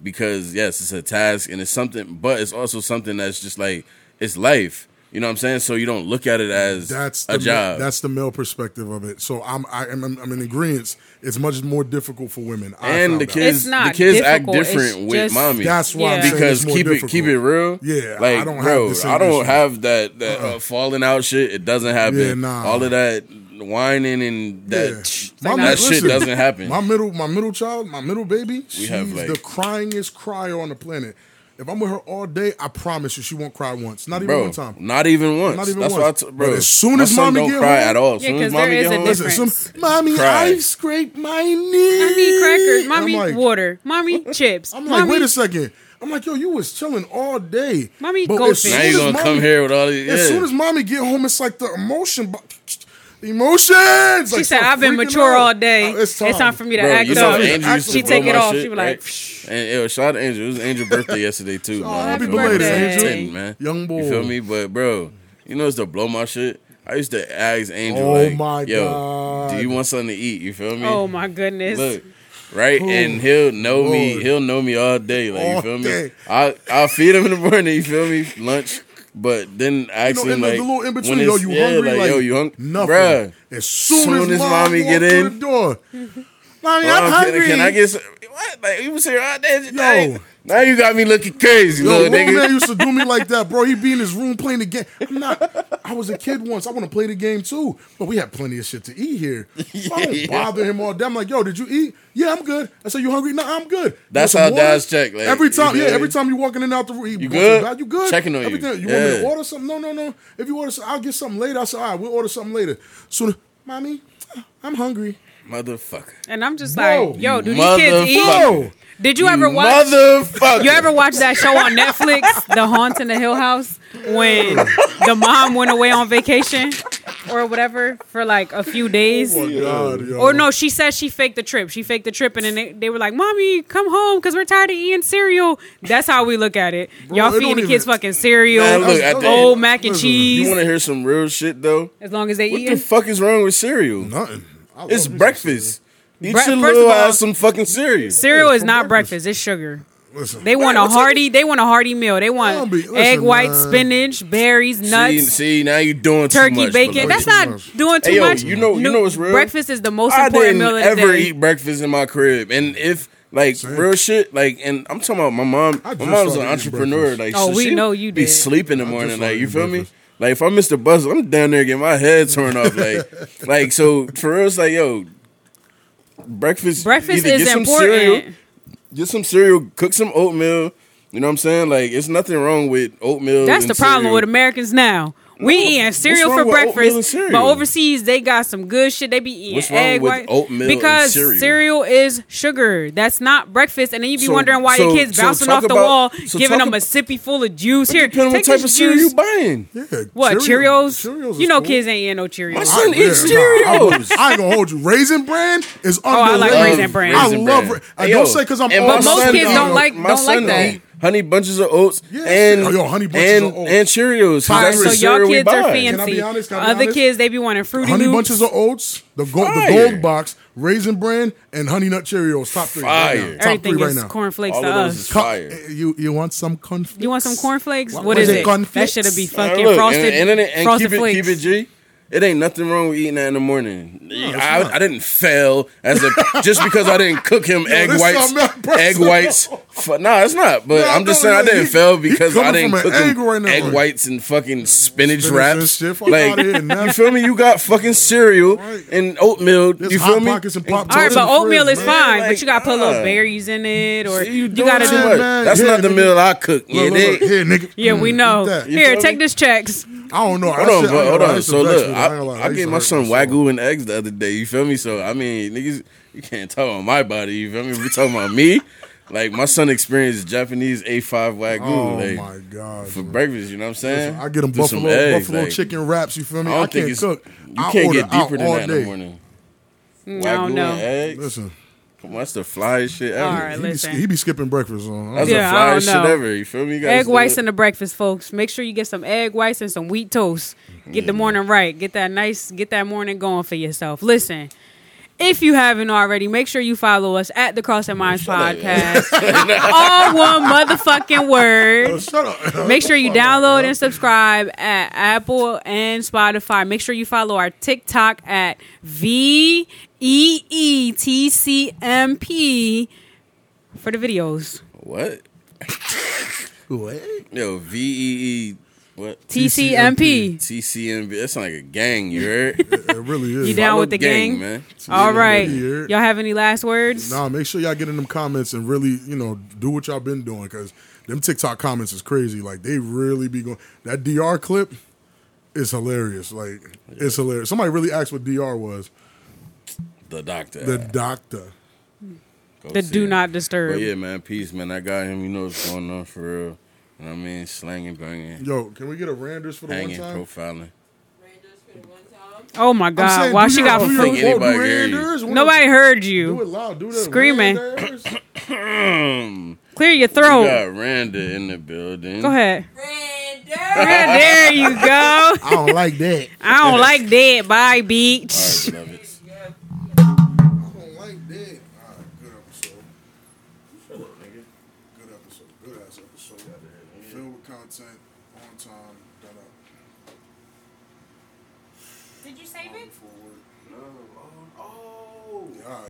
Speaker 3: because yes, it's a task and it's something, but it's also something that's just like it's life. You know what I'm saying? So you don't look at it as
Speaker 2: That's the
Speaker 3: a job.
Speaker 2: That's the male perspective of it. So I'm I am I'm, I'm in agreement. It's much more difficult for women. I
Speaker 3: and
Speaker 2: found
Speaker 3: the
Speaker 2: out.
Speaker 3: kids,
Speaker 1: It's not
Speaker 3: the kids act
Speaker 1: difficult, it's
Speaker 3: different with
Speaker 1: just-
Speaker 3: mommy.
Speaker 2: That's why I'm
Speaker 1: Yeah.
Speaker 2: saying
Speaker 3: because
Speaker 2: it's more
Speaker 3: keep
Speaker 2: difficult.
Speaker 3: it keep it real.
Speaker 2: Yeah, I
Speaker 3: like
Speaker 2: don't have
Speaker 3: bro,
Speaker 2: the same
Speaker 3: I don't
Speaker 2: issue. Uh-uh.
Speaker 3: have that that uh, falling out shit. It doesn't happen.
Speaker 2: Yeah, nah.
Speaker 3: All of that whining and that
Speaker 2: Yeah.
Speaker 3: sh-
Speaker 2: My
Speaker 3: that
Speaker 2: man-
Speaker 3: shit
Speaker 2: listen,
Speaker 3: doesn't happen.
Speaker 2: My middle, my middle child, my middle baby. She's
Speaker 3: have, like-
Speaker 2: the cryingest crier on the planet. If I'm with her all day, I promise you, she won't cry once. Not even
Speaker 3: bro,
Speaker 2: one time.
Speaker 3: not even once.
Speaker 2: Not even
Speaker 3: That's
Speaker 2: once.
Speaker 3: why, I t- bro.
Speaker 2: But as soon
Speaker 3: my
Speaker 2: as
Speaker 3: son
Speaker 2: mommy
Speaker 3: don't
Speaker 2: get
Speaker 3: cry
Speaker 2: home-
Speaker 3: at all. As
Speaker 1: Yeah,
Speaker 3: soon
Speaker 1: 'cause
Speaker 3: as mommy
Speaker 1: there is
Speaker 3: get
Speaker 1: a
Speaker 3: home,
Speaker 1: difference.
Speaker 2: Listen, some, mommy,
Speaker 3: Cry.
Speaker 2: I scraped my knee.
Speaker 1: I need crackers. Mommy,
Speaker 2: I'm like,
Speaker 1: water. Mommy, chips.
Speaker 2: I'm like,
Speaker 1: mommy,
Speaker 2: wait a second. I'm like, yo, you was chilling all day.
Speaker 1: Mommy,
Speaker 2: But
Speaker 1: go
Speaker 2: as
Speaker 1: fish.
Speaker 3: now
Speaker 2: soon
Speaker 3: you
Speaker 2: as
Speaker 3: gonna come
Speaker 2: mommy-
Speaker 3: here with all these.
Speaker 2: As
Speaker 3: yeah.
Speaker 2: soon as mommy get home, it's like the emotion, bo- emotions.
Speaker 1: She said, "I've been mature all day.
Speaker 2: Uh, It's time.
Speaker 1: for me to
Speaker 3: Bro,
Speaker 1: act
Speaker 3: you know,
Speaker 1: up."
Speaker 3: Andrew used to
Speaker 1: She
Speaker 3: blow
Speaker 1: take it
Speaker 3: my
Speaker 1: off.
Speaker 3: Shit,
Speaker 1: she be
Speaker 3: right?
Speaker 1: like,
Speaker 3: and yo, shout out to Andrew. It was Angel's birthday yesterday too.
Speaker 2: Oh,
Speaker 3: man.
Speaker 2: happy
Speaker 3: You feel me?
Speaker 2: belated,
Speaker 3: He's
Speaker 1: Angel.
Speaker 3: 10, man.
Speaker 2: Young boy.
Speaker 3: You feel me? But bro, you know it's the blow my shit. I used to ask Angel,
Speaker 2: Oh
Speaker 3: like,
Speaker 2: my
Speaker 3: yo,
Speaker 2: God.
Speaker 3: do you want something to eat? You feel me?
Speaker 1: "Oh my goodness."
Speaker 3: Look, right, and he'll know me.
Speaker 2: Lord.
Speaker 3: He'll know me all day. Like
Speaker 2: All
Speaker 3: you feel
Speaker 2: day.
Speaker 3: me? I I feed him in the morning. You feel me? Lunch, but then I ask
Speaker 2: You know,
Speaker 3: him
Speaker 2: and the-
Speaker 3: like
Speaker 2: the little in between,
Speaker 3: when
Speaker 2: yo,
Speaker 3: it's-
Speaker 2: you
Speaker 3: yeah,
Speaker 2: hungry?
Speaker 3: Like,
Speaker 2: Like,
Speaker 3: yo, you hungry?
Speaker 2: Nothing.
Speaker 3: Bruh,
Speaker 2: As soon,
Speaker 3: Soon
Speaker 2: as,
Speaker 3: as
Speaker 2: mommy
Speaker 3: mommy
Speaker 2: get
Speaker 3: get
Speaker 2: in,
Speaker 3: in-
Speaker 2: the door. mommy,
Speaker 3: Well,
Speaker 2: I'm
Speaker 3: can-
Speaker 2: hungry.
Speaker 3: Can, I get some? What? Like you was here all day today.
Speaker 2: Yo.
Speaker 3: Now you got me looking crazy,
Speaker 2: Yo,
Speaker 3: little
Speaker 2: little
Speaker 3: nigga.
Speaker 2: man used to do me like that, bro. He be in his room playing the game. I'm not. I was a kid once. I want to play the game too, but we had plenty of shit to eat here. So I don't bother him all day. I'm like, yo, did you eat? Yeah, I'm good. I said, you hungry? No, I'm good. You
Speaker 3: That's
Speaker 2: want
Speaker 3: how
Speaker 2: some water?
Speaker 3: dads check, like,
Speaker 2: every
Speaker 3: you
Speaker 2: time, yeah,
Speaker 3: good?
Speaker 2: every time you walking in and out the room, you, want some
Speaker 3: good?
Speaker 2: bad- You good?
Speaker 3: Checking on you.
Speaker 2: Everything. You want me to
Speaker 3: Yeah.
Speaker 2: order something? No, no, no. If you order, something, I'll get something later. I said, all right, we'll order something later. Soon, mommy, I'm hungry.
Speaker 3: Motherfucker.
Speaker 1: And I'm just
Speaker 2: Bro.
Speaker 1: like, "Yo, do these
Speaker 3: Motherfucker.
Speaker 1: kids eat?
Speaker 2: Bro,
Speaker 1: Did you ever watch?
Speaker 3: Motherfucker.
Speaker 1: You ever watch that show on Netflix, The Haunt in the Hill House, when the mom went away on vacation or whatever for like a few days?
Speaker 2: oh my God, yo.
Speaker 1: Or no, she said she faked the trip. She faked the trip, and then they, they were like, "Mommy, come home because we're tired of eating cereal." That's how we look at it. Y'all
Speaker 2: it don't
Speaker 1: feeding the kids
Speaker 2: even-
Speaker 1: fucking cereal,
Speaker 3: Man, look, at
Speaker 2: the
Speaker 1: old
Speaker 2: end-
Speaker 1: mac and
Speaker 2: listen, you
Speaker 1: cheese,
Speaker 3: You want to hear some real shit though?
Speaker 1: as long as they
Speaker 3: What
Speaker 1: eat.
Speaker 3: the fuck is wrong with cereal?
Speaker 2: nothing. I love
Speaker 3: It's
Speaker 2: me some
Speaker 3: breakfast. Eat
Speaker 1: Bre-
Speaker 3: your
Speaker 1: first of
Speaker 3: little
Speaker 1: all-
Speaker 3: ass some fucking cereal.
Speaker 1: cereal is
Speaker 2: for
Speaker 1: not
Speaker 2: breakfast.
Speaker 1: breakfast; it's sugar.
Speaker 2: cereal. Listen,
Speaker 1: They want
Speaker 3: Man,
Speaker 1: a
Speaker 3: what's up?
Speaker 1: hearty. They want a hearty meal. They
Speaker 2: Don't
Speaker 1: want
Speaker 2: be- listen,
Speaker 1: egg whites,
Speaker 2: man.
Speaker 1: spinach, berries,
Speaker 3: See,
Speaker 1: nuts,
Speaker 3: see, now you doing too
Speaker 1: turkey,
Speaker 3: much,
Speaker 1: bacon.
Speaker 3: beloved.
Speaker 1: That's
Speaker 2: too
Speaker 1: not
Speaker 2: much.
Speaker 1: doing too
Speaker 3: Hey, yo,
Speaker 1: much.
Speaker 3: you know- you
Speaker 1: Nu-
Speaker 3: know what's real?
Speaker 1: Breakfast is the most
Speaker 3: I
Speaker 1: important
Speaker 3: didn't
Speaker 1: meal of the
Speaker 3: ever
Speaker 1: day.
Speaker 3: eat breakfast in my crib, and if like real shit, like, and I'm talking about my mom.
Speaker 2: I
Speaker 3: My
Speaker 2: just
Speaker 3: mom's an
Speaker 2: started eating
Speaker 3: entrepreneur.
Speaker 2: breakfast.
Speaker 3: Like,
Speaker 1: Oh,
Speaker 3: so
Speaker 1: we
Speaker 3: she
Speaker 1: know you
Speaker 3: be
Speaker 1: did.
Speaker 3: sleep in the
Speaker 2: just
Speaker 3: morning.
Speaker 2: started
Speaker 3: Like, you
Speaker 2: eating
Speaker 3: feel
Speaker 2: breakfast.
Speaker 3: me? Like, if I miss the bus, I'm down there getting my head torn off. Like, like so for real, it's like yo, breakfast.
Speaker 1: Breakfast
Speaker 3: either
Speaker 1: is
Speaker 3: get some
Speaker 1: important.
Speaker 3: Cereal, get some cereal. Cook some oatmeal. You know what I'm saying? Like, it's nothing wrong with oatmeal.
Speaker 1: That's
Speaker 3: and
Speaker 1: the problem
Speaker 3: cereal.
Speaker 1: with Americans now. We
Speaker 3: No,
Speaker 1: eating
Speaker 3: what's
Speaker 1: cereal
Speaker 3: wrong
Speaker 1: for
Speaker 3: with oatmeal and
Speaker 1: breakfast,
Speaker 3: cereal?
Speaker 1: but overseas they got some good shit. They be eating
Speaker 3: What's wrong
Speaker 1: egg
Speaker 3: with
Speaker 1: white
Speaker 3: oatmeal and
Speaker 1: because
Speaker 3: cereal?
Speaker 1: is sugar. That's not breakfast, and then you be
Speaker 3: So-
Speaker 1: wondering why your
Speaker 3: so-
Speaker 1: kids
Speaker 3: so
Speaker 1: bouncing
Speaker 3: talk
Speaker 1: off the
Speaker 3: about-
Speaker 1: wall,
Speaker 3: so
Speaker 1: giving
Speaker 3: talk
Speaker 1: them a
Speaker 3: ab-
Speaker 1: sippy full of juice. Here,
Speaker 3: Depending on what
Speaker 1: take
Speaker 3: type
Speaker 1: this
Speaker 3: of cereal you
Speaker 1: juice.
Speaker 3: buying.
Speaker 2: Yeah,
Speaker 1: What Cheerios?
Speaker 2: Cheerios
Speaker 1: you
Speaker 2: is
Speaker 1: know,
Speaker 2: cool.
Speaker 1: kids ain't eating no Cheerios.
Speaker 3: My
Speaker 2: I-
Speaker 3: son eats
Speaker 2: yeah, nah, I
Speaker 3: Cheerios.
Speaker 2: was- I ain't gonna hold you. Raisin bran is underrated.
Speaker 1: Oh, I like Raisin Bran.
Speaker 2: I
Speaker 1: Raisin
Speaker 2: love.
Speaker 3: Bran.
Speaker 2: Ra- I
Speaker 3: Hey,
Speaker 2: don't
Speaker 3: yo,
Speaker 2: say because I'm.
Speaker 3: and
Speaker 2: old.
Speaker 3: my
Speaker 1: But most
Speaker 3: son
Speaker 1: kids
Speaker 3: eat-
Speaker 1: don't like-
Speaker 3: my
Speaker 1: don't like
Speaker 3: son
Speaker 1: that.
Speaker 3: eat Honey bunches of oats
Speaker 2: Yeah.
Speaker 3: and
Speaker 2: Oh, yo, Honey Bunches
Speaker 3: and,
Speaker 2: of Oats.
Speaker 3: and Cheerios. 'cause
Speaker 2: Fire.
Speaker 3: that's
Speaker 1: so
Speaker 3: the
Speaker 1: y'all
Speaker 3: cereal we
Speaker 1: kids are
Speaker 3: buy.
Speaker 1: fancy.
Speaker 2: Can I be honest? Can I be
Speaker 1: Other
Speaker 2: honest?
Speaker 1: kids they be wanting fruity
Speaker 2: Honey
Speaker 1: Loops.
Speaker 2: bunches of oats, the gold, the
Speaker 3: Fire.
Speaker 2: gold box, raisin bran, and honey nut Cheerios. Top three, right now.
Speaker 3: Fire.
Speaker 2: top
Speaker 1: Everything
Speaker 2: three right
Speaker 1: is
Speaker 2: now.
Speaker 1: cornflakes
Speaker 3: All
Speaker 1: to
Speaker 3: of those
Speaker 1: us.
Speaker 3: is
Speaker 2: Co-
Speaker 3: fire.
Speaker 2: You you want some cornflakes?
Speaker 1: You want some cornflakes?
Speaker 2: What
Speaker 1: what
Speaker 2: was
Speaker 1: is
Speaker 2: it,
Speaker 1: it? That
Speaker 2: cornflakes?
Speaker 1: should be
Speaker 3: Now,
Speaker 1: fucking
Speaker 3: look,
Speaker 1: frosted.
Speaker 3: and, and, and, and
Speaker 1: frosted
Speaker 3: keep it,
Speaker 1: flakes.
Speaker 3: keep it G. It ain't nothing wrong with eating that in the morning. I,
Speaker 2: not.
Speaker 3: I didn't fail as a just because I didn't cook him egg
Speaker 2: this
Speaker 3: whites.
Speaker 2: something not personal.
Speaker 3: Egg whites. Fu- nah, it's not. But
Speaker 2: Nah,
Speaker 3: I'm just
Speaker 2: no,
Speaker 3: saying I
Speaker 2: yeah,
Speaker 3: didn't
Speaker 2: he-
Speaker 3: fail
Speaker 2: he
Speaker 3: because I
Speaker 2: coming
Speaker 3: didn't
Speaker 2: from an
Speaker 3: cook him
Speaker 2: angle right now,
Speaker 3: egg
Speaker 2: like-
Speaker 3: whites and fucking spinach,
Speaker 2: Spinach and
Speaker 3: wraps.
Speaker 2: shit. Fuck
Speaker 3: Like
Speaker 2: outta here, nah.
Speaker 3: you feel me? You got fucking cereal
Speaker 2: Right.
Speaker 3: and oatmeal.
Speaker 2: There's
Speaker 3: you
Speaker 2: hot
Speaker 3: feel me?
Speaker 2: pockets and pop
Speaker 1: All right,
Speaker 2: It's
Speaker 1: but
Speaker 2: in the
Speaker 1: oatmeal
Speaker 2: fridge,
Speaker 1: is
Speaker 2: man.
Speaker 1: fine,
Speaker 3: Like,
Speaker 1: but you gotta put little
Speaker 3: ah.
Speaker 1: berries in it, or
Speaker 3: See, you,
Speaker 1: you,
Speaker 3: doing
Speaker 1: gotta
Speaker 3: too
Speaker 1: do.
Speaker 3: much.
Speaker 2: man.
Speaker 3: That's
Speaker 2: Yeah,
Speaker 3: not the
Speaker 2: nigga.
Speaker 3: meal I cook. Yeah,
Speaker 2: Look,
Speaker 3: they-
Speaker 2: look, look. Here, nigga. Mm,
Speaker 1: Yeah, we know.
Speaker 2: that. You
Speaker 1: Here,
Speaker 3: feel
Speaker 1: take
Speaker 3: me?
Speaker 1: this checks.
Speaker 2: I don't know.
Speaker 3: Hold
Speaker 2: I
Speaker 3: on,
Speaker 2: said- I
Speaker 3: but
Speaker 2: ain't
Speaker 3: hold
Speaker 2: gonna lie, I
Speaker 3: on.
Speaker 2: used to
Speaker 3: So
Speaker 2: vex
Speaker 3: look,
Speaker 2: with it.
Speaker 3: I,
Speaker 2: ain't gonna lie,
Speaker 3: I
Speaker 2: used
Speaker 3: gave
Speaker 2: to
Speaker 3: my
Speaker 2: hurt
Speaker 3: son
Speaker 2: myself.
Speaker 3: wagyu and eggs the other day. You feel me? So I mean, niggas, you can't talk about my body. You feel me? If we talking about me, like my son experienced Japanese A five wagyu
Speaker 2: Oh
Speaker 3: like,
Speaker 2: my god!
Speaker 3: for
Speaker 2: man.
Speaker 3: breakfast. You know what I'm saying?
Speaker 2: I get them
Speaker 3: With some
Speaker 2: buffalo
Speaker 3: eggs,
Speaker 2: buffalo
Speaker 3: like,
Speaker 2: chicken wraps. You feel me?
Speaker 3: I don't
Speaker 2: can't
Speaker 3: think it's
Speaker 2: cook.
Speaker 3: you
Speaker 2: I
Speaker 3: can't
Speaker 2: order
Speaker 3: get deeper
Speaker 2: out
Speaker 3: than
Speaker 2: all
Speaker 3: that in
Speaker 2: day.
Speaker 3: the morning. White
Speaker 1: don't
Speaker 3: glue
Speaker 1: know.
Speaker 3: and eggs.
Speaker 2: Listen,
Speaker 3: Come on, that's the flyest shit ever.
Speaker 1: All right,
Speaker 2: he be,
Speaker 1: listen.
Speaker 2: he be skipping breakfast on.
Speaker 3: That's
Speaker 1: Yeah,
Speaker 3: the
Speaker 1: I don't
Speaker 3: flyest shit
Speaker 1: know.
Speaker 3: ever. You feel me? You
Speaker 1: Egg
Speaker 3: gotta
Speaker 1: whites
Speaker 3: still-
Speaker 1: and the breakfast, folks. Make sure you get some egg whites and some wheat toast. Get
Speaker 3: Mm.
Speaker 1: the morning right. Get that nice, get that morning going for yourself. Listen, if you haven't already, make sure you follow us at the Cross and Minds
Speaker 3: Shut up,
Speaker 1: Podcast. All one motherfucking word.
Speaker 2: Shut up.
Speaker 1: Make sure you download and subscribe at Apple and Spotify. Make sure you follow our TikTok at V E E T C M P for the videos.
Speaker 3: what?
Speaker 2: What?
Speaker 3: Yo, V E E what?
Speaker 1: T C M P.
Speaker 3: T C M B. That sound like a gang. You heard?
Speaker 2: It really is.
Speaker 1: You down
Speaker 3: Follow
Speaker 1: with the gang? Uh,
Speaker 3: man?
Speaker 1: All right.
Speaker 2: Yeah.
Speaker 1: Y'all have any last words?
Speaker 2: Nah, make sure y'all get in them comments and really, you know, do what y'all been doing because them TikTok comments is crazy. Like they really be going. That DR clip is hilarious. Like it's hilarious. Somebody really asked what DR was.
Speaker 3: The doctor.
Speaker 2: The doctor.
Speaker 3: Go
Speaker 1: The
Speaker 3: see
Speaker 1: do
Speaker 3: him.
Speaker 1: not disturb.
Speaker 3: But yeah, man, peace, man. I got him. You know what's going on for real. You know what I mean? Slanging, banging,
Speaker 2: Yo, can we get a Randers for the
Speaker 3: hanging,
Speaker 2: one time?
Speaker 3: profiling.
Speaker 1: Oh my
Speaker 2: I'm
Speaker 1: God.
Speaker 2: saying,
Speaker 1: Why
Speaker 2: do
Speaker 1: she
Speaker 2: your-
Speaker 1: got
Speaker 2: do your-
Speaker 3: think
Speaker 1: fruit?
Speaker 3: it- anybody
Speaker 2: do
Speaker 3: hear you.
Speaker 2: Randers. Wanna
Speaker 1: Nobody heard
Speaker 2: Do it
Speaker 1: you.
Speaker 2: loud. Do that.
Speaker 1: Screaming.
Speaker 2: Randers.
Speaker 3: Um,
Speaker 1: Clear your
Speaker 3: we
Speaker 1: throat.
Speaker 3: got Randa in the building.
Speaker 1: Go ahead. there you go.
Speaker 2: I don't like that.
Speaker 1: I don't like that. Bye,
Speaker 3: All
Speaker 1: beach.
Speaker 2: I
Speaker 3: right, beloveds.
Speaker 2: don't like that. All right, good episode. Good episode. Good ass episode. Filled with content, on time, done up.
Speaker 1: Did you save
Speaker 2: Forward. Yeah, all right.